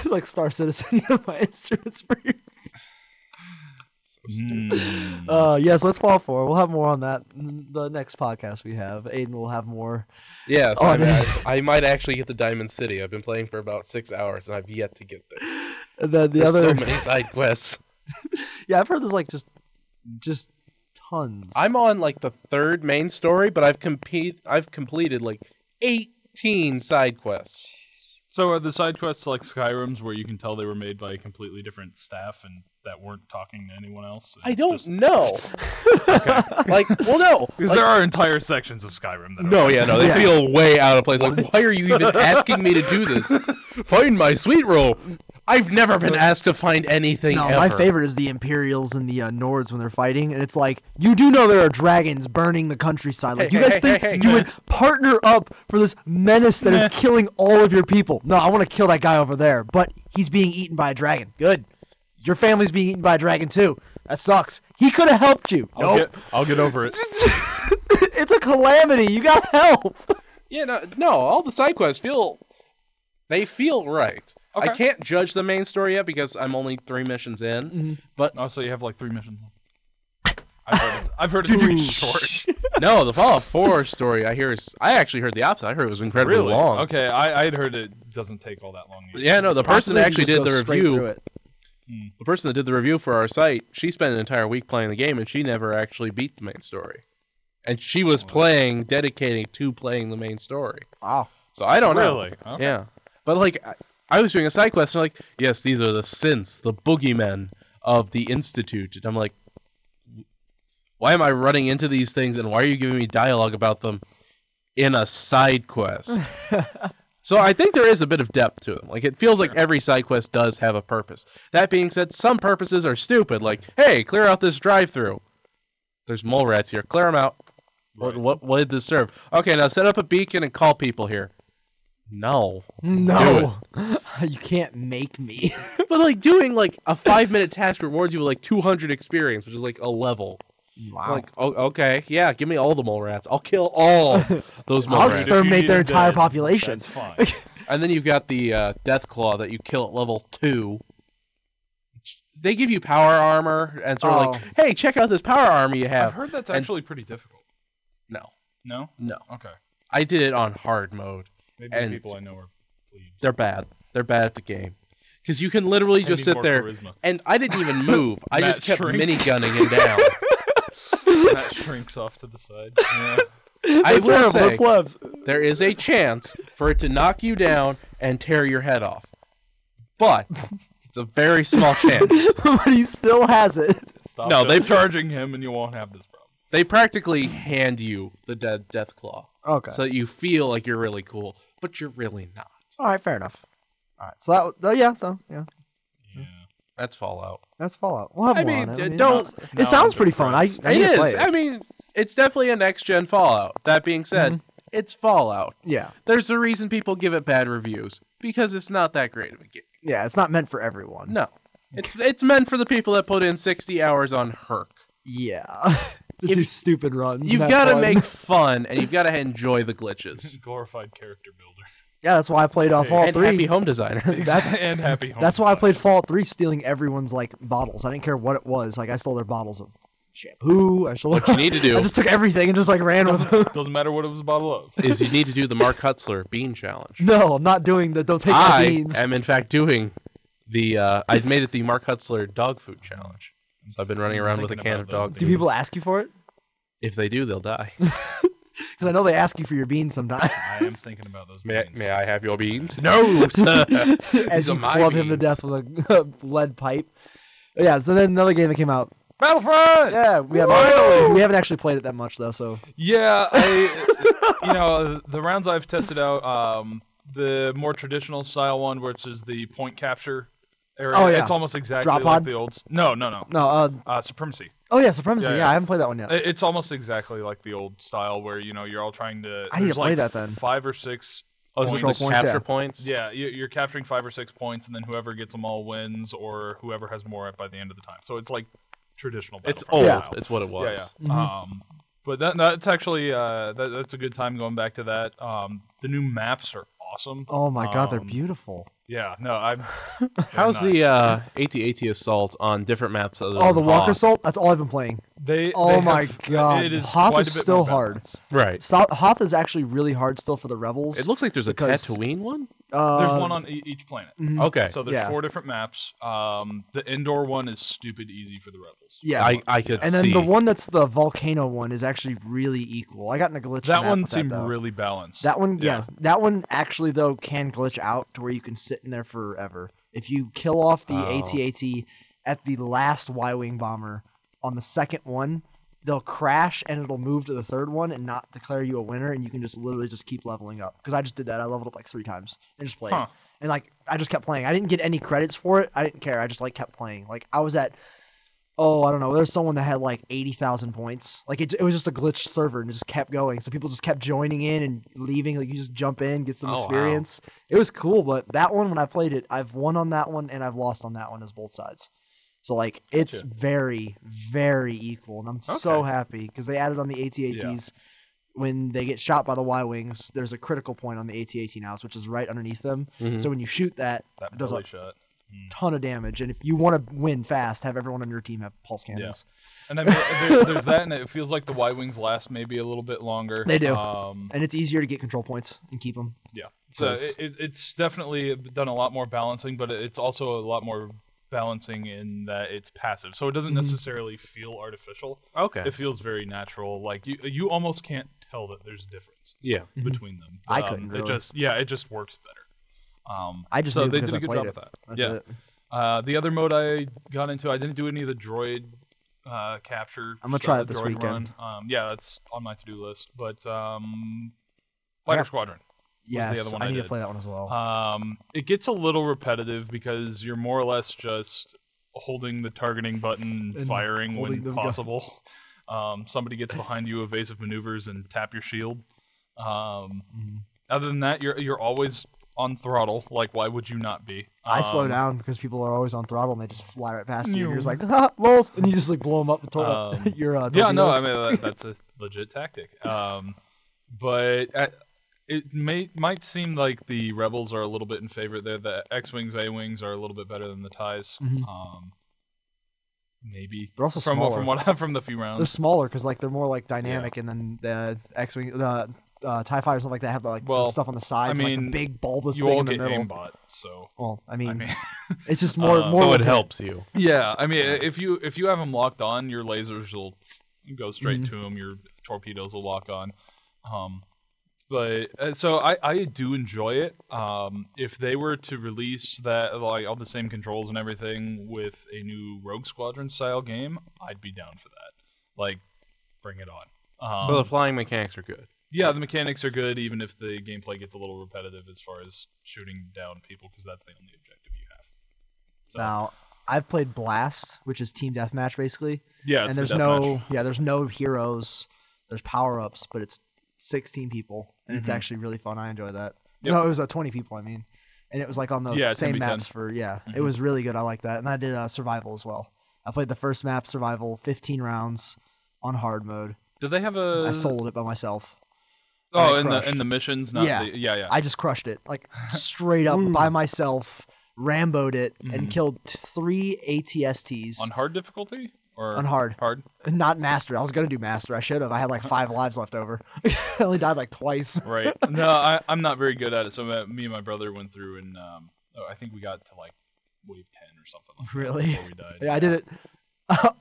Speaker 4: like Star Citizen, you can buy insurance for your
Speaker 3: Mm.
Speaker 4: Uh, yes, let's fall for. We'll have more on that in the next podcast we have. Aiden will have more.
Speaker 5: Yeah, so
Speaker 4: Oh,
Speaker 5: I, mean,
Speaker 4: man.
Speaker 5: I, I might actually get to Diamond City. I've been playing for about six hours and I've yet to get there.
Speaker 4: And then the
Speaker 5: There's
Speaker 4: other,
Speaker 5: so many side quests.
Speaker 4: yeah, I've heard there's like just, just tons.
Speaker 5: I'm on like the third main story, but I've compete I've completed like 18 side quests.
Speaker 3: So are the side quests like Skyrim's where you can tell they were made by a completely different staff and that weren't talking to anyone else?
Speaker 5: I don't
Speaker 3: Just-
Speaker 5: know. Like, well, no.
Speaker 3: Because
Speaker 5: Like,
Speaker 3: there are entire sections of Skyrim that are
Speaker 5: no, yeah, no. They
Speaker 4: Yeah.
Speaker 5: feel way out of place. Like, why are you even asking me to do this? Find my sweet roll. I've never been asked to find anything
Speaker 4: no,
Speaker 5: ever.
Speaker 4: my favorite is the Imperials and the uh, Nords when they're fighting, and it's like you do know there are dragons burning the countryside. Like
Speaker 5: Hey,
Speaker 4: you guys
Speaker 5: hey,
Speaker 4: think
Speaker 5: hey, hey,
Speaker 4: you would partner up for this menace that is killing all of your people? No, I want to kill that guy over there, but he's being eaten by a dragon. Good, your family's being eaten by a dragon too. That sucks. He could have helped you.
Speaker 3: I'll,
Speaker 4: nope.
Speaker 3: get, I'll get over it.
Speaker 4: it's a calamity. You got help.
Speaker 5: Yeah, no, no, all the side quests feel they feel right. I
Speaker 3: Okay.
Speaker 5: can't judge the main story yet because I'm only three missions in. But
Speaker 3: Oh, so you have like three missions. left. I've heard it's, I've heard it's pretty short.
Speaker 5: no, the Fallout 4 story I hear is I actually heard the opposite. I heard it was incredibly
Speaker 3: Really?
Speaker 5: long.
Speaker 3: Okay, I I had heard it doesn't take all that long. either.
Speaker 5: Yeah, no, the person
Speaker 4: Possibly
Speaker 5: that
Speaker 4: you
Speaker 5: actually
Speaker 4: just
Speaker 5: did
Speaker 4: go
Speaker 5: the
Speaker 4: straight through
Speaker 5: review,
Speaker 4: it.
Speaker 5: the person that did the review for our site, she spent an entire week playing the game and she never actually beat the main story. And she was playing, dedicating to playing the main story.
Speaker 4: Wow.
Speaker 5: So I don't know.
Speaker 3: Really? Okay.
Speaker 5: Yeah. But like, I, I was doing a side quest, and like, yes, these are the synths, the boogeymen of the institute, and I'm like, why am I running into these things, and why are you giving me dialogue about them in a side quest? so I think there is a bit of depth to them. Like, it feels like every side quest does have a purpose. That being said, some purposes are stupid. Like, hey, clear out this drive-through. There's mole rats here. Clear them out. What,
Speaker 3: Right.
Speaker 5: what, what did this serve? Okay, now set up a beacon and call people here. No.
Speaker 4: No, you can't make me.
Speaker 5: But like doing like a five minute task rewards you with like 200 experience, which is like a level.
Speaker 4: wow.
Speaker 5: Like, oh, okay, yeah, give me all the mole rats. I'll kill all those mole
Speaker 4: I'll
Speaker 5: rats.
Speaker 3: If you
Speaker 4: exterminate
Speaker 3: need
Speaker 4: their
Speaker 3: a
Speaker 4: entire
Speaker 3: dead,
Speaker 4: population.
Speaker 3: That's fine.
Speaker 5: And then you've got the uh, death claw that you kill at level two. They give you power armor and sort of like,
Speaker 4: Oh.
Speaker 5: hey, check out this power armor you have.
Speaker 3: I've heard that's
Speaker 5: And-
Speaker 3: actually pretty difficult.
Speaker 5: no,
Speaker 3: No.
Speaker 5: no,
Speaker 3: Okay.
Speaker 5: I did it on hard mode.
Speaker 3: Maybe
Speaker 5: And-
Speaker 3: the people I know are plebes.
Speaker 5: They're bad. They're bad at the game because you can literally
Speaker 3: I
Speaker 5: just
Speaker 3: need
Speaker 5: sit
Speaker 3: more
Speaker 5: there.
Speaker 3: charisma.
Speaker 5: And I didn't even move. I
Speaker 3: Matt
Speaker 5: just kept
Speaker 3: shrinks.
Speaker 5: minigunning him down.
Speaker 3: That shrinks off to the side. Yeah.
Speaker 5: I will
Speaker 4: Terrible,
Speaker 5: say,
Speaker 4: they're plebs.
Speaker 5: there is a chance for it to knock you down and tear your head off. But it's a very small chance.
Speaker 4: but he still has it.
Speaker 3: Stop
Speaker 5: No,
Speaker 3: no,
Speaker 5: they-
Speaker 3: they're charging him, and you won't have this problem.
Speaker 5: They practically hand you the dead death claw.
Speaker 4: Okay.
Speaker 5: So that you feel like you're really cool, but you're really not.
Speaker 4: All right, fair enough. All right, so that w- oh, yeah, so yeah,
Speaker 3: Yeah.
Speaker 5: That's Fallout.
Speaker 4: that's Fallout. We'll have
Speaker 5: I
Speaker 4: more on
Speaker 5: mean,
Speaker 4: it.
Speaker 5: d-
Speaker 4: I mean,
Speaker 5: don't-
Speaker 4: it's-
Speaker 3: now
Speaker 4: It sounds
Speaker 3: I'm
Speaker 4: pretty fun. I, I
Speaker 5: It
Speaker 4: need to play
Speaker 5: is. I mean, it's definitely a next gen Fallout. That being said,
Speaker 4: Mm-hmm.
Speaker 5: it's Fallout.
Speaker 4: yeah,
Speaker 5: There's a reason people give it bad reviews because it's not that great of a game.
Speaker 4: yeah, it's not meant for everyone.
Speaker 5: No. It's it's meant for the people that put in 60 hours on Herc.
Speaker 4: Yeah,
Speaker 5: If-
Speaker 4: these stupid runs.
Speaker 5: You've
Speaker 4: not
Speaker 5: got to
Speaker 4: fun.
Speaker 5: make fun and you've got to enjoy the glitches.
Speaker 3: Glorified character builder.
Speaker 4: Yeah, that's why I played off all
Speaker 5: and happy Oh,
Speaker 4: three.
Speaker 5: home designer.
Speaker 4: That-
Speaker 3: and happy home.
Speaker 4: That's why I
Speaker 3: design.
Speaker 4: played Fallout 3 stealing everyone's like bottles. I didn't care what it was. Like I stole their bottles of shampoo. I stole
Speaker 5: What you need to do-
Speaker 4: I just took everything and just like ran with them.
Speaker 3: Doesn't matter what it was a bottle of.
Speaker 5: is you need to do the Mark Hutzler bean challenge.
Speaker 4: No, I'm not doing the don't take my
Speaker 5: I
Speaker 4: beans.
Speaker 5: am in fact doing the uh, I made it the Mark Hutzler dog food challenge. So I've been running around with a
Speaker 3: Thinking
Speaker 5: can of
Speaker 3: about
Speaker 5: dog
Speaker 3: those
Speaker 5: food.
Speaker 4: Do people ask you for it?
Speaker 5: If they do, they'll die.
Speaker 4: Because I know they ask you for your beans sometimes.
Speaker 3: I am thinking about those.
Speaker 5: May I,
Speaker 3: beans.
Speaker 5: may I have your beans? No, sir.
Speaker 4: as
Speaker 5: are
Speaker 4: you
Speaker 5: my
Speaker 4: club him to
Speaker 5: beans.
Speaker 4: death with a lead pipe. Yeah, so then another game that came out.
Speaker 5: Battlefront.
Speaker 4: Yeah, we haven't, we haven't actually played it that much though, so
Speaker 3: Yeah, I, you know, the rounds I've tested out, um, the more traditional style one, which is the point capture area.
Speaker 4: Oh, yeah.
Speaker 3: It's almost exactly
Speaker 4: Drop
Speaker 3: like
Speaker 4: pod?
Speaker 3: the old. s- No, no, no.
Speaker 4: no. Uh,
Speaker 3: Uh, Supremacy.
Speaker 4: oh yeah, Supremacy.
Speaker 3: Yeah,
Speaker 4: Yeah,
Speaker 3: yeah.
Speaker 4: I haven't played that one yet.
Speaker 3: I- It's almost exactly like the old style where you know you're all trying to.
Speaker 4: I need to
Speaker 3: there's
Speaker 4: play
Speaker 3: like
Speaker 4: that then.
Speaker 3: Five or six.
Speaker 5: Oh, is it
Speaker 4: Control
Speaker 5: the
Speaker 4: points,
Speaker 5: capture
Speaker 4: yeah.
Speaker 5: points.
Speaker 3: Yeah, you- you're capturing five or six points, and then whoever gets them all wins, or whoever has more by the end of the time. So it's like traditional.
Speaker 5: It's
Speaker 3: Battlefront
Speaker 5: old.
Speaker 3: style.
Speaker 5: It's what it was.
Speaker 3: Yeah,
Speaker 4: Mm-hmm.
Speaker 3: yeah. Um, but that, that's actually uh, that, that's a good time going back to that. Um, the new maps are awesome.
Speaker 4: Oh my god, they're
Speaker 3: Um,
Speaker 4: beautiful.
Speaker 3: Yeah, no, I'm. they're
Speaker 5: How's
Speaker 3: nice.
Speaker 5: the uh, AT-AT assault on different maps? Other
Speaker 4: Oh,
Speaker 5: than
Speaker 4: the Walker
Speaker 5: Hoth?
Speaker 4: Salt. That's all I've been playing.
Speaker 3: They,
Speaker 4: oh
Speaker 3: they
Speaker 4: my
Speaker 3: have-
Speaker 4: God,
Speaker 3: It is
Speaker 4: Hoth
Speaker 3: quite
Speaker 4: is
Speaker 3: a bit
Speaker 4: still
Speaker 3: more
Speaker 4: hard.
Speaker 3: balanced.
Speaker 5: Right.
Speaker 4: Salt, Hoth is actually really hard still for the rebels.
Speaker 5: It looks like there's a
Speaker 4: Because-
Speaker 5: Tatooine one.
Speaker 4: Uh,
Speaker 3: There's one on e- each planet.
Speaker 4: mhm.
Speaker 5: Okay.
Speaker 3: So there's
Speaker 4: Yeah.
Speaker 3: four different maps. Um, the indoor one is stupid easy for the rebels.
Speaker 4: Yeah.
Speaker 5: I, I could
Speaker 4: and then
Speaker 5: see.
Speaker 4: the one that's the volcano one is actually really equal. I got in a glitch.
Speaker 3: That
Speaker 4: map
Speaker 3: one
Speaker 4: with
Speaker 3: seemed
Speaker 4: that, though.
Speaker 3: really balanced.
Speaker 4: That one, yeah.
Speaker 3: Yeah.
Speaker 4: That one actually though can glitch out to where you can sit in there forever. If you kill off the
Speaker 5: Oh.
Speaker 4: ATAT at the last Y-wing bomber on the second one, they'll crash and it'll move to the third one and not declare you a winner, and you can just literally just keep leveling up. Because I just did that. I leveled up like three times and just played.
Speaker 3: Huh.
Speaker 4: And like I just kept playing. I didn't get any credits for it. I didn't care. I just like kept playing. Like I was at oh, I don't know. There's someone that had like 80,000 points. Like it, it was just a glitched server and it just kept going. So people just kept joining in and leaving. Like you just jump in, get some
Speaker 5: Oh, wow.
Speaker 4: experience. It was cool, but that one, when I played it, I've won on that one and I've lost on that one as both sides. So like it's
Speaker 3: Gotcha.
Speaker 4: very, very equal. And I'm so
Speaker 5: Okay.
Speaker 4: happy because they added on the ATATs. When they get shot by the Y Wings, there's a critical point on the AT-AT now, which is right underneath them.
Speaker 5: Mhm.
Speaker 4: So when you shoot that,
Speaker 3: that
Speaker 4: it does a
Speaker 3: belly shot.
Speaker 4: ton of damage. And if you want to win fast, have everyone on your team have pulse cannons.
Speaker 3: And I mean, there, there's that, and it feels like the Y wings last maybe a little bit longer.
Speaker 4: They do.
Speaker 3: Um,
Speaker 4: and it's easier to get control points and keep them.
Speaker 3: yeah. So
Speaker 4: Nice.
Speaker 3: it, it- it's definitely done a lot more balancing, but it's also a lot more balancing in that it's passive, so it
Speaker 4: Mm-hmm.
Speaker 3: doesn't necessarily feel artificial.
Speaker 5: okay.
Speaker 3: It feels very natural. Like you, you almost can't tell that there's a difference
Speaker 5: yeah.
Speaker 3: between them.
Speaker 4: Mm-hmm. I
Speaker 3: Um,
Speaker 4: couldn't
Speaker 3: It
Speaker 4: really.
Speaker 3: just yeah, it just works better. Um,
Speaker 4: I just
Speaker 3: so
Speaker 4: knew
Speaker 3: they
Speaker 4: because
Speaker 3: did a
Speaker 4: I
Speaker 3: good
Speaker 4: played
Speaker 3: job
Speaker 4: it.
Speaker 3: with that.
Speaker 4: That's
Speaker 3: yeah.
Speaker 4: it.
Speaker 3: Uh, the other mode I got into, I didn't do any of the droid uh, capture.
Speaker 4: I'm gonna
Speaker 3: stuff,
Speaker 4: try it
Speaker 3: the
Speaker 4: this
Speaker 3: droid
Speaker 4: weekend.
Speaker 3: run. Um, yeah, that's on my to-do list. But um, Fighter
Speaker 4: Yeah.
Speaker 3: Squadron. the
Speaker 4: Yes,
Speaker 3: other one
Speaker 4: I
Speaker 3: I
Speaker 4: need to
Speaker 3: did.
Speaker 4: play that one as well.
Speaker 3: Um, it gets a little repetitive because you're more or less just holding the targeting button, and
Speaker 4: And
Speaker 3: firing
Speaker 4: holding
Speaker 3: when
Speaker 4: the gun.
Speaker 3: possible. Um, somebody gets behind you, evasive maneuvers, and tap your shield. Um,
Speaker 4: Mhm.
Speaker 3: Other than that, you're you're always on throttle. Like, why would you not be?
Speaker 4: I slow
Speaker 3: Um,
Speaker 4: down because people are always on throttle and they just fly right past you. And you're just
Speaker 3: Meow.
Speaker 4: like, ha, lols, and you just like blow them up with tor-
Speaker 3: Um,
Speaker 4: your uh,
Speaker 3: yeah, no, I
Speaker 4: torpedoes.
Speaker 3: mean that, that's a legit tactic. Um, but uh it may might seem like the rebels are a little bit in favor there. The X wings, A wings are a little bit better than the ties.
Speaker 4: Mhm.
Speaker 3: Um, maybe
Speaker 4: They're also
Speaker 3: from
Speaker 4: smaller.
Speaker 3: from what I- from the few
Speaker 4: they're
Speaker 3: rounds.
Speaker 4: smaller because like they're more like dynamic, and then the X wing, the uh, Tie fighters, stuff like that have the, like
Speaker 3: Well,
Speaker 4: the stuff on the sides, and,
Speaker 3: mean,
Speaker 4: like the big bulbous
Speaker 3: You
Speaker 4: thing
Speaker 3: all
Speaker 4: in the
Speaker 3: get
Speaker 4: middle.
Speaker 3: aimbot, so
Speaker 4: Well, I
Speaker 3: I
Speaker 4: mean,
Speaker 3: mean,
Speaker 4: it's just more
Speaker 3: Uh,
Speaker 4: more.
Speaker 5: So it
Speaker 4: like-
Speaker 5: helps you.
Speaker 3: yeah, I mean, if you if you have them locked on, your lasers will go straight to 'em, to them. Your torpedoes will lock on. Um, but uh, so I, I do enjoy it. Um, if they were to release that like all the same controls and everything with a new Rogue Squadron style game, I'd be down for that. Like, bring it on. Um,
Speaker 5: so the flying mechanics are good.
Speaker 3: yeah, the mechanics are good, even if the gameplay gets a little repetitive as far as shooting down people, because that's the only objective you have. So-
Speaker 4: Now I've played Blast, which is team deathmatch basically.
Speaker 3: Yeah, it's
Speaker 4: and
Speaker 3: the
Speaker 4: there's
Speaker 3: deathmatch.
Speaker 4: no yeah there's no heroes there's power ups but it's 16 people and it's
Speaker 3: Mhm.
Speaker 4: actually really fun i enjoy that
Speaker 3: Yep.
Speaker 4: no it was uh, 20 people i mean and it was like on the
Speaker 3: Yeah, it's gonna
Speaker 4: same
Speaker 3: be Mm-hmm.
Speaker 4: maps for yeah it was really good i like that and i did uh, survival as well i played the first map survival 15 rounds on hard mode
Speaker 3: Did they have a?
Speaker 4: i sold it by myself
Speaker 3: Oh,
Speaker 4: I
Speaker 3: in the
Speaker 4: crushed.
Speaker 3: in the missions, not
Speaker 4: Yeah.
Speaker 3: the yeah yeah.
Speaker 4: i just crushed it like straight up by myself ramboed it and
Speaker 3: Mhm.
Speaker 4: killed t- three atsts
Speaker 3: on hard difficulty or
Speaker 4: On hard.
Speaker 3: hard.
Speaker 4: Not master. I was gonna do master. I should have. I had like five lives left over. I only died like twice.
Speaker 3: Right. no, I, I'm not very good at it. So my- me and my brother went through and um, oh, I think we got to like wave ten or something. Like
Speaker 4: Really?
Speaker 3: That before we died.
Speaker 4: Yeah, I did it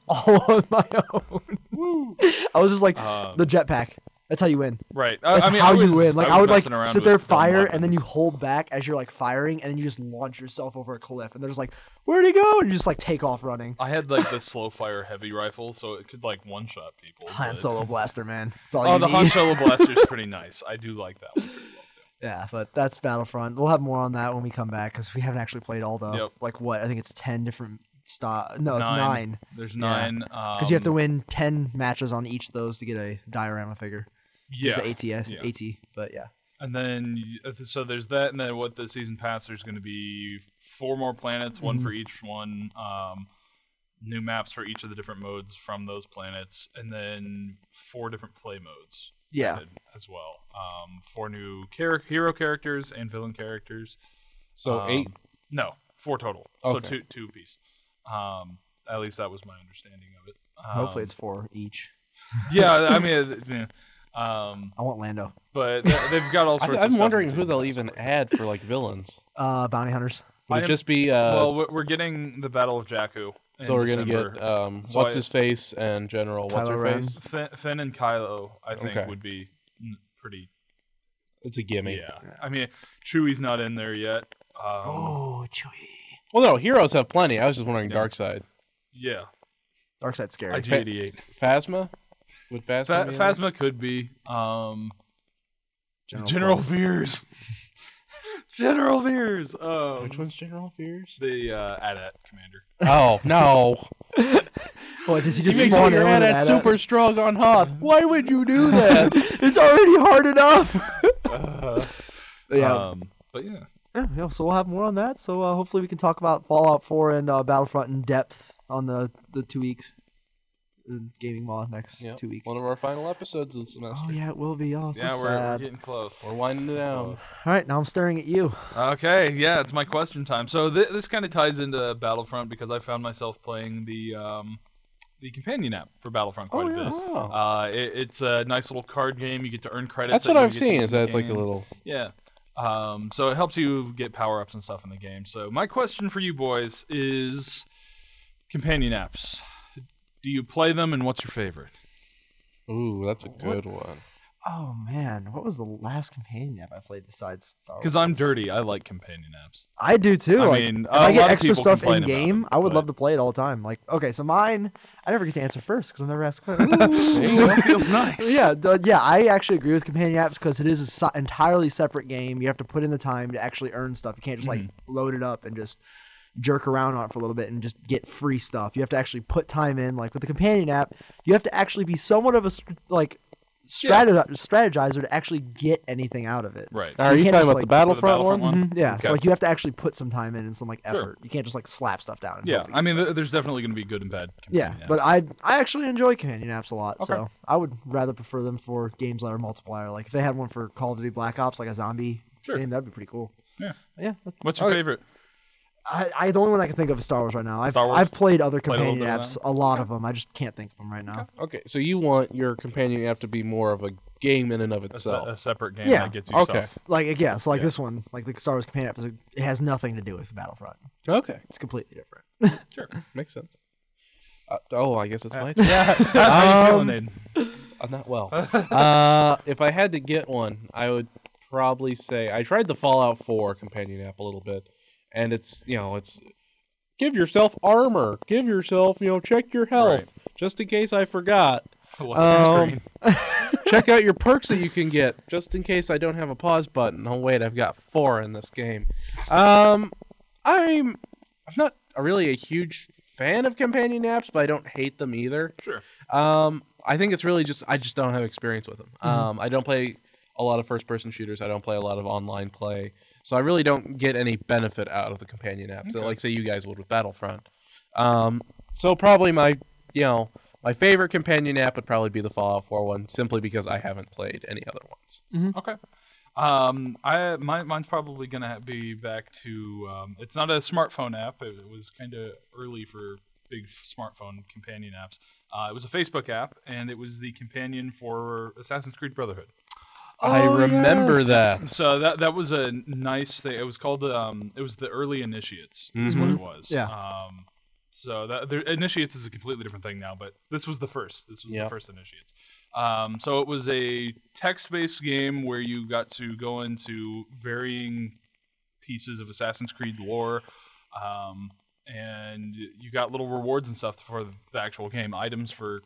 Speaker 4: all on my own. I was just like
Speaker 3: Um,
Speaker 4: the jetpack. That's how you win.
Speaker 3: Right. I,
Speaker 4: That's
Speaker 3: I mean,
Speaker 4: how
Speaker 3: I was,
Speaker 4: you win. Like I,
Speaker 3: was
Speaker 4: would
Speaker 3: messing around
Speaker 4: like sit there,
Speaker 3: with dumb
Speaker 4: fire, and then you
Speaker 3: weapons.
Speaker 4: hold back as you're like firing, and then you just launch yourself over a cliff. And there's like, where'd he go? And you just like take off running.
Speaker 3: I had like the slow fire heavy rifle, so it could like one shot people.
Speaker 4: Han
Speaker 3: but-
Speaker 4: Solo blaster, man. That's all
Speaker 3: Oh,
Speaker 4: you
Speaker 3: the
Speaker 4: need.
Speaker 3: Han Solo blaster's pretty nice. I do like that one. pretty well, too.
Speaker 4: Yeah, but that's Battlefront. We'll have more on that when we come back because we haven't actually played all the
Speaker 3: Yep.
Speaker 4: like what I think it's ten different stop. No, it's
Speaker 3: Nine.
Speaker 4: nine.
Speaker 3: There's
Speaker 4: Yeah.
Speaker 3: nine.
Speaker 4: because you have to
Speaker 3: um,
Speaker 4: win 10 matches on each of those to get a diorama figure
Speaker 3: Yeah.
Speaker 4: It's the ats
Speaker 3: Yeah.
Speaker 4: at but yeah
Speaker 3: And then y- uh, so there's that, and then what the season pass? There's going to be four more planets, one
Speaker 5: Mm-hmm.
Speaker 3: for each one. Um, new maps for each of the different modes from those planets, and then four different play modes.
Speaker 4: yeah
Speaker 3: added as well. Um, four new char- hero characters and villain characters.
Speaker 5: So
Speaker 3: Um,
Speaker 5: eight.
Speaker 3: No, four total.
Speaker 5: Okay.
Speaker 3: So two two piece. Um, at least that was my understanding of it. Um,
Speaker 4: hopefully it's four each
Speaker 3: yeah, I mean, uh, yeah. Um,
Speaker 4: I want Lando.
Speaker 3: but th- they've got all
Speaker 5: I,
Speaker 3: sorts. of
Speaker 5: I'm
Speaker 3: stuff
Speaker 5: wondering
Speaker 3: in
Speaker 5: who
Speaker 3: season
Speaker 5: they'll
Speaker 3: pass
Speaker 5: even
Speaker 3: already.
Speaker 5: add for like villains.
Speaker 4: Uh, Bounty Hunters.
Speaker 5: Would
Speaker 3: I
Speaker 5: it
Speaker 3: am-
Speaker 5: just be uh,
Speaker 3: well, we're, we're getting the Battle of Jakku. in
Speaker 5: so we're gonna
Speaker 3: December.
Speaker 5: get um,
Speaker 3: So
Speaker 5: what's
Speaker 3: I-
Speaker 5: his face and General what's
Speaker 4: Kylo
Speaker 5: her
Speaker 4: Ren.
Speaker 5: face?
Speaker 3: Finn, Finn and Kylo, I think,
Speaker 5: Okay.
Speaker 3: would be mm, pretty.
Speaker 5: It's a gimme.
Speaker 3: Yeah. I mean, Chewie's not in there yet. Um,
Speaker 4: Oh, Chewie.
Speaker 5: Well, no, heroes have plenty. I was just wondering,
Speaker 3: Yeah.
Speaker 5: Dark Side,
Speaker 3: yeah.
Speaker 4: Darkseid's scary.
Speaker 3: IG88.
Speaker 5: Phasma, would Phasma?
Speaker 3: Fa-
Speaker 5: be in it?
Speaker 3: Phasma could be. Um, General, Veers. General Veers. Um,
Speaker 5: Which one's General Fears?
Speaker 3: The uh, AT-AT commander.
Speaker 5: Oh no!
Speaker 4: Boy, Oh, does he
Speaker 5: He
Speaker 4: just
Speaker 5: makes
Speaker 4: spawn
Speaker 5: me
Speaker 4: in with
Speaker 5: mad
Speaker 4: an
Speaker 5: at
Speaker 4: ad-
Speaker 5: super strong on Hoth. Why would you do that?
Speaker 4: It's already hard enough. yeah.
Speaker 3: Um, but yeah.
Speaker 4: yeah, yeah, So we'll have more on that. So uh, hopefully we can talk about Fallout 4 and uh, Battlefront in depth on the the two weeks uh, gaming mod next
Speaker 5: Yep,
Speaker 4: two weeks.
Speaker 5: One of our final episodes of the semester.
Speaker 4: Oh yeah, it will be. Oh, so
Speaker 3: yeah, we're, we're
Speaker 4: sad.
Speaker 3: getting close.
Speaker 5: We're winding it down.
Speaker 4: All right, now I'm staring at you.
Speaker 3: Okay, yeah, it's my question time. So th- this kind of ties into Battlefront because I found myself playing the um, the companion app for Battlefront quite a
Speaker 4: yeah.
Speaker 3: bit.
Speaker 5: Oh.
Speaker 3: Uh, it, it's a nice little card game. You get to earn credits.
Speaker 5: That's what
Speaker 3: that you
Speaker 5: I've
Speaker 3: get to
Speaker 5: seen.
Speaker 3: use
Speaker 5: Is
Speaker 3: in
Speaker 5: that
Speaker 3: the
Speaker 5: it's like a
Speaker 3: game.
Speaker 5: little
Speaker 3: Yeah. Um, so it helps you get power ups and stuff in the game. So my question for you boys is companion apps. Do you play them and what's your favorite?
Speaker 5: Ooh, that's a good one.
Speaker 4: Oh man, what was the last companion app I played besides Star Wars?
Speaker 3: Because I'm dirty, I like companion apps.
Speaker 4: I do too.
Speaker 3: I
Speaker 4: like,
Speaker 3: mean,
Speaker 4: if
Speaker 3: a
Speaker 4: I
Speaker 3: lot
Speaker 4: get
Speaker 3: of
Speaker 4: extra
Speaker 3: people
Speaker 4: stuff
Speaker 3: complain
Speaker 4: in
Speaker 3: about
Speaker 4: game,
Speaker 3: it,
Speaker 4: I would
Speaker 3: but-
Speaker 4: love to play it all the time. Like, okay, so mine, I never get to answer first because I'm never asked.
Speaker 5: There you go.
Speaker 3: feels nice.
Speaker 4: yeah, d- yeah, I actually agree with companion apps because it is an si- entirely separate game. You have to put in the time to actually earn stuff. You can't just like
Speaker 3: Mm-hmm.
Speaker 4: load it up and just jerk around on it for a little bit and just get free stuff. You have to actually put time in. Like with the companion app, you have to actually be somewhat of a str- like
Speaker 3: Yeah.
Speaker 4: strategi- strategizer to actually get anything out of it.
Speaker 3: Right.
Speaker 5: Are you
Speaker 4: can't
Speaker 5: talking
Speaker 4: just, like-
Speaker 5: about the
Speaker 3: For the
Speaker 5: Battlefront,
Speaker 3: Battlefront
Speaker 5: one?
Speaker 3: one?
Speaker 4: Mhm, Yeah, so
Speaker 3: Okay.
Speaker 4: like you have to actually put some time in and some like
Speaker 3: Sure.
Speaker 4: effort. You can't just like slap stuff down. and
Speaker 3: Yeah.
Speaker 4: hope it
Speaker 3: I mean,
Speaker 4: gets-
Speaker 3: th- there's definitely going to be good and bad.
Speaker 4: yeah,
Speaker 3: companion apps.
Speaker 4: but I I actually enjoy companion apps a lot,
Speaker 3: Okay.
Speaker 4: so I would rather prefer them for games that are multiplier. Like if they had one for Call of Duty Black Ops, like a zombie
Speaker 3: Sure.
Speaker 4: game, that'd be pretty cool.
Speaker 3: Yeah.
Speaker 4: yeah. that's-
Speaker 3: what's your favorite?
Speaker 4: I, I the only one I can think of is Star Wars right now. I've
Speaker 3: Star Wars?
Speaker 4: I've played other
Speaker 3: Played a little
Speaker 4: companion
Speaker 3: bit of
Speaker 4: apps, a lot of them. I just can't think of them right now.
Speaker 5: Okay, so you want your companion app to be more of a game in and of
Speaker 3: A, se- a
Speaker 5: itself.
Speaker 3: separate game
Speaker 4: Yeah.
Speaker 3: that gets you
Speaker 5: Okay.
Speaker 3: stuff.
Speaker 4: Like I guess like
Speaker 3: Yeah.
Speaker 4: this one, like the Star Wars companion app, is like, it has nothing to do with Battlefront.
Speaker 5: Okay.
Speaker 4: It's completely different.
Speaker 3: Sure.
Speaker 5: Makes sense. Uh, oh, I guess it's my turn.
Speaker 3: yeah. How you
Speaker 5: Um,
Speaker 3: feeling, Aiden?
Speaker 5: I'm not well. uh, if I had to get one, I would probably say I tried the Fallout 4 companion app a little bit, and it's you know it's give yourself armor, give yourself you know check your health
Speaker 3: Right.
Speaker 5: just in case I forgot.
Speaker 3: Look at the
Speaker 5: um,
Speaker 3: screen.
Speaker 5: check out your perks that you can get just in case I don't have a pause button. Oh wait, I've got four in this game. Um, I'm I'm not really a huge fan of companion apps, but I don't hate them either.
Speaker 3: Sure.
Speaker 5: Um, I think it's really just I just don't have experience with them. Um, I don't play a lot of first person shooters. I don't play a lot of online play, so I really don't get any benefit out of the companion apps. that,
Speaker 3: Okay.
Speaker 5: Like say you guys would with Battlefront. Um, so probably my you know my favorite companion app would probably be the Fallout 4 one, simply because I haven't played any other ones.
Speaker 3: Okay. Um, I my, mine's probably gonna be back to. Um, it's not a smartphone app. It, was kind of early for big smartphone companion apps. Uh, it was a Facebook app, and it was the companion for Assassin's Creed Brotherhood.
Speaker 5: I
Speaker 4: Oh,
Speaker 5: remember
Speaker 4: yes.
Speaker 5: that.
Speaker 3: So that that was a nice thing. It was called um, it was the early initiates is what it was.
Speaker 4: Mm-hmm. Yeah.
Speaker 3: Um, so that the initiates is a completely different thing now, but this was the first. This was
Speaker 5: Yeah.
Speaker 3: the first initiates. Um, so it was a text-based game where you got to go into varying pieces of Assassin's Creed lore, um, and you got little rewards and stuff for the actual game, items for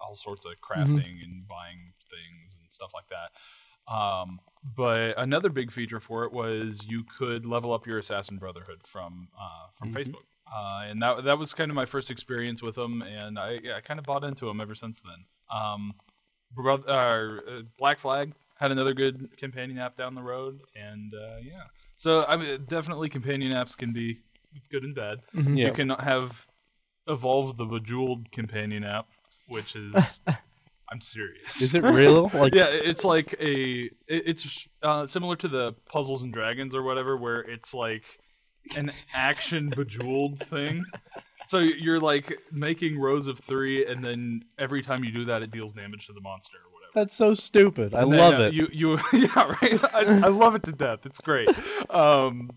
Speaker 3: all sorts of crafting and buying things and stuff like that. Um, but another big feature for it was you could level up your assassin brotherhood from uh, from
Speaker 5: Mhm.
Speaker 3: Facebook, uh, and that that was kind of my first experience with them, and I yeah, I kind of bought into them ever since then. Um, brother, uh, Black Flag had another good companion app down the road, and uh, yeah, so I mean definitely companion apps can be good and bad.
Speaker 5: Mm-hmm. Yeah.
Speaker 3: You can have evolved the Bejeweled companion app, which is I'm serious.
Speaker 5: Is it real? Like
Speaker 3: Yeah, it- it's like a it- it's uh, similar to the Puzzles and Dragons or whatever, where it's like an action bejeweled thing. So you're like making rows of three, and then every time you do that, it deals damage to the monster or whatever.
Speaker 5: That's so stupid. I
Speaker 3: And then,
Speaker 5: love
Speaker 3: uh,
Speaker 5: it.
Speaker 3: You you yeah right. I, I love it to death. It's great. Um,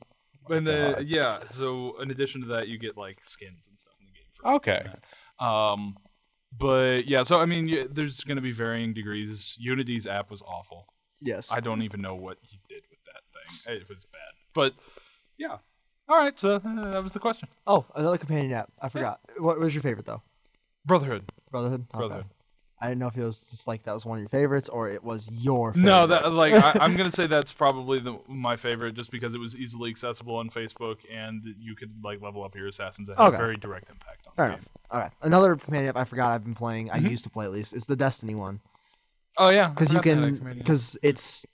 Speaker 3: and then
Speaker 5: Oh God.
Speaker 3: yeah. So in addition to that, you get like skins and stuff in the game. For
Speaker 5: okay. Oh.
Speaker 3: Um, but yeah. So I mean, you, there's gonna be varying degrees. Unity's app was awful.
Speaker 4: Yes.
Speaker 3: I don't even know what he did with that thing. It was bad. But yeah. All right. So uh, that was the question.
Speaker 4: oh, another companion app. I forgot. What was your favorite though?
Speaker 3: Brotherhood.
Speaker 4: Brotherhood. Okay.
Speaker 3: Brotherhood.
Speaker 4: I didn't know if it was just like that was one of your favorites or it was your. favorite.
Speaker 3: No, that like I, I'm gonna say that's probably the, my favorite, just because it was easily accessible on Facebook, and you could like level up your assassins and have a
Speaker 4: Okay.
Speaker 3: very direct impact on
Speaker 4: Fair
Speaker 3: the
Speaker 4: enough.
Speaker 3: game.
Speaker 4: All right. Another companion app I forgot I've been playing. I used to play at least. It's the Destiny one
Speaker 3: Oh yeah, Mm-hmm. I
Speaker 4: because you
Speaker 3: forgot that
Speaker 4: can
Speaker 3: comedian.
Speaker 4: because it's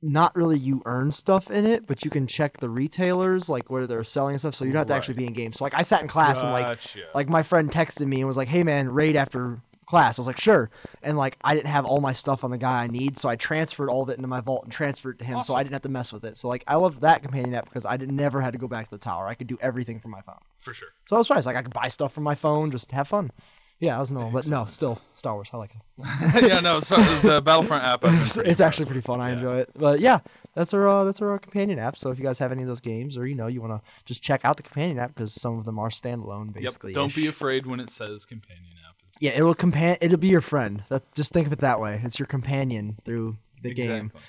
Speaker 4: not really you earn stuff in it, but you can check the retailers like where they're selling stuff, so you don't have to actually be in game. So like I sat in class and like
Speaker 3: Gotcha.
Speaker 4: like my friend texted me and was like, "Hey man, raid after class." I was like, "Sure," and like I didn't have all my stuff on the guy I need, so I transferred all of it into my vault and transferred it to him, so I didn't have to mess with it. So like I loved that companion app because I did, never had to go back to the tower. I could do everything from my phone,
Speaker 3: for sure.
Speaker 4: so I was nice. Like I could buy stuff from my phone, just have fun. Yeah, I was no, but no, still Star Wars. I like it.
Speaker 3: yeah, no, so uh, the Battlefront app. I've been
Speaker 4: It's,
Speaker 3: pretty
Speaker 4: it's
Speaker 3: proud
Speaker 4: actually
Speaker 3: of.
Speaker 4: pretty fun. I enjoy it. But yeah, that's our uh, that's our companion app. So if you guys have any of those games, or you know you want to just check out the companion app because some of them are standalone. Basically,
Speaker 3: Yep. Don't be afraid when it says companion app. It's-
Speaker 4: Yeah, it'll compan it'll be your friend. That just think of it that way. It's your companion through the game.
Speaker 3: Exactly.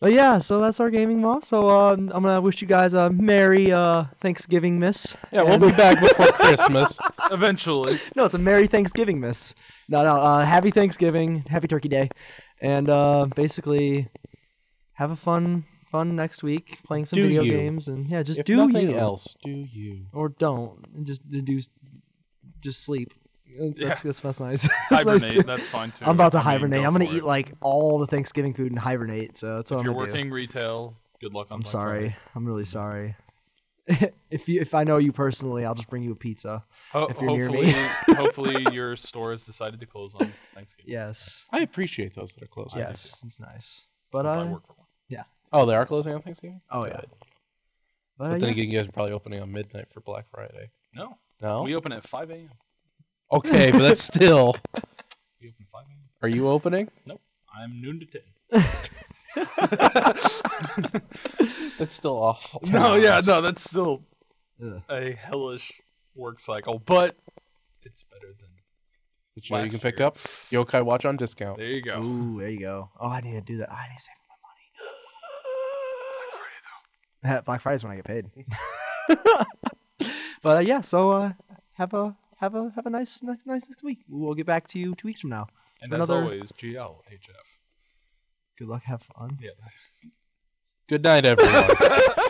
Speaker 4: But yeah, so that's our gaming mall. So um, I'm gonna wish you guys a merry uh, Thanksgiving, miss.
Speaker 5: Yeah, we'll be back before Christmas.
Speaker 3: Eventually,
Speaker 4: No, it's a merry Thanksgiving, miss. No, no, uh, happy Thanksgiving, happy Turkey Day, and uh, basically have a fun fun next week playing some
Speaker 5: Do
Speaker 4: video
Speaker 5: you.
Speaker 4: games and yeah, just
Speaker 5: If
Speaker 4: do
Speaker 5: nothing
Speaker 4: you
Speaker 5: else, do you?
Speaker 4: or don't and just do just sleep. That's
Speaker 3: Yeah.
Speaker 4: that's, that's nice. That's nice
Speaker 3: hibernate.
Speaker 4: too.
Speaker 3: That's fine too.
Speaker 4: I'm about to
Speaker 3: I mean,
Speaker 4: hibernate.
Speaker 3: go
Speaker 4: I'm gonna
Speaker 3: for
Speaker 4: eat
Speaker 3: it.
Speaker 4: like all the Thanksgiving food and hibernate. So that's what
Speaker 3: If
Speaker 4: I'm
Speaker 3: you're
Speaker 4: gonna do.
Speaker 3: working mm-hmm. retail, good luck on.
Speaker 4: I'm
Speaker 3: Black Friday.
Speaker 4: sorry. I'm really sorry. if you if I know you personally, I'll just bring you a pizza.
Speaker 3: Ho-
Speaker 4: if you're near
Speaker 3: hopefully,
Speaker 4: me.
Speaker 3: hopefully your store has decided to close on Thanksgiving.
Speaker 4: Yes.
Speaker 5: I appreciate those that are closing.
Speaker 4: yes. It's nice. But
Speaker 3: since
Speaker 4: uh,
Speaker 3: I work for one.
Speaker 5: Oh, they are closing on Thanksgiving.
Speaker 3: Uh,
Speaker 4: oh yeah.
Speaker 5: Good.
Speaker 4: But,
Speaker 5: But
Speaker 4: uh,
Speaker 5: then
Speaker 4: yeah.
Speaker 5: again, you guys are probably opening on midnight for Black Friday.
Speaker 3: No,
Speaker 5: No.
Speaker 3: we open at 5 a.m.
Speaker 5: Okay, but that's still.
Speaker 3: We open at 5 a.m.
Speaker 5: Are you opening?
Speaker 3: Nope, I'm noon to 10.
Speaker 5: That's still awful.
Speaker 3: No, yeah, no, that's still
Speaker 4: Ugh.
Speaker 3: a hellish work cycle, but it's better than.
Speaker 5: Which you, know you
Speaker 3: Last
Speaker 5: can pick
Speaker 3: year.
Speaker 5: up Yokai Watch on discount.
Speaker 3: There you go.
Speaker 4: Ooh, there you go. Oh, I need to do that. I need to save my money. Black Friday's when I get paid. but uh, yeah, so uh, have a have a have a nice nice nice next week. We'll get back to you two weeks from now.
Speaker 3: and
Speaker 4: another-
Speaker 3: as always, GLHF.
Speaker 4: Good luck. Have fun.
Speaker 3: Yeah.
Speaker 5: Good night, everyone.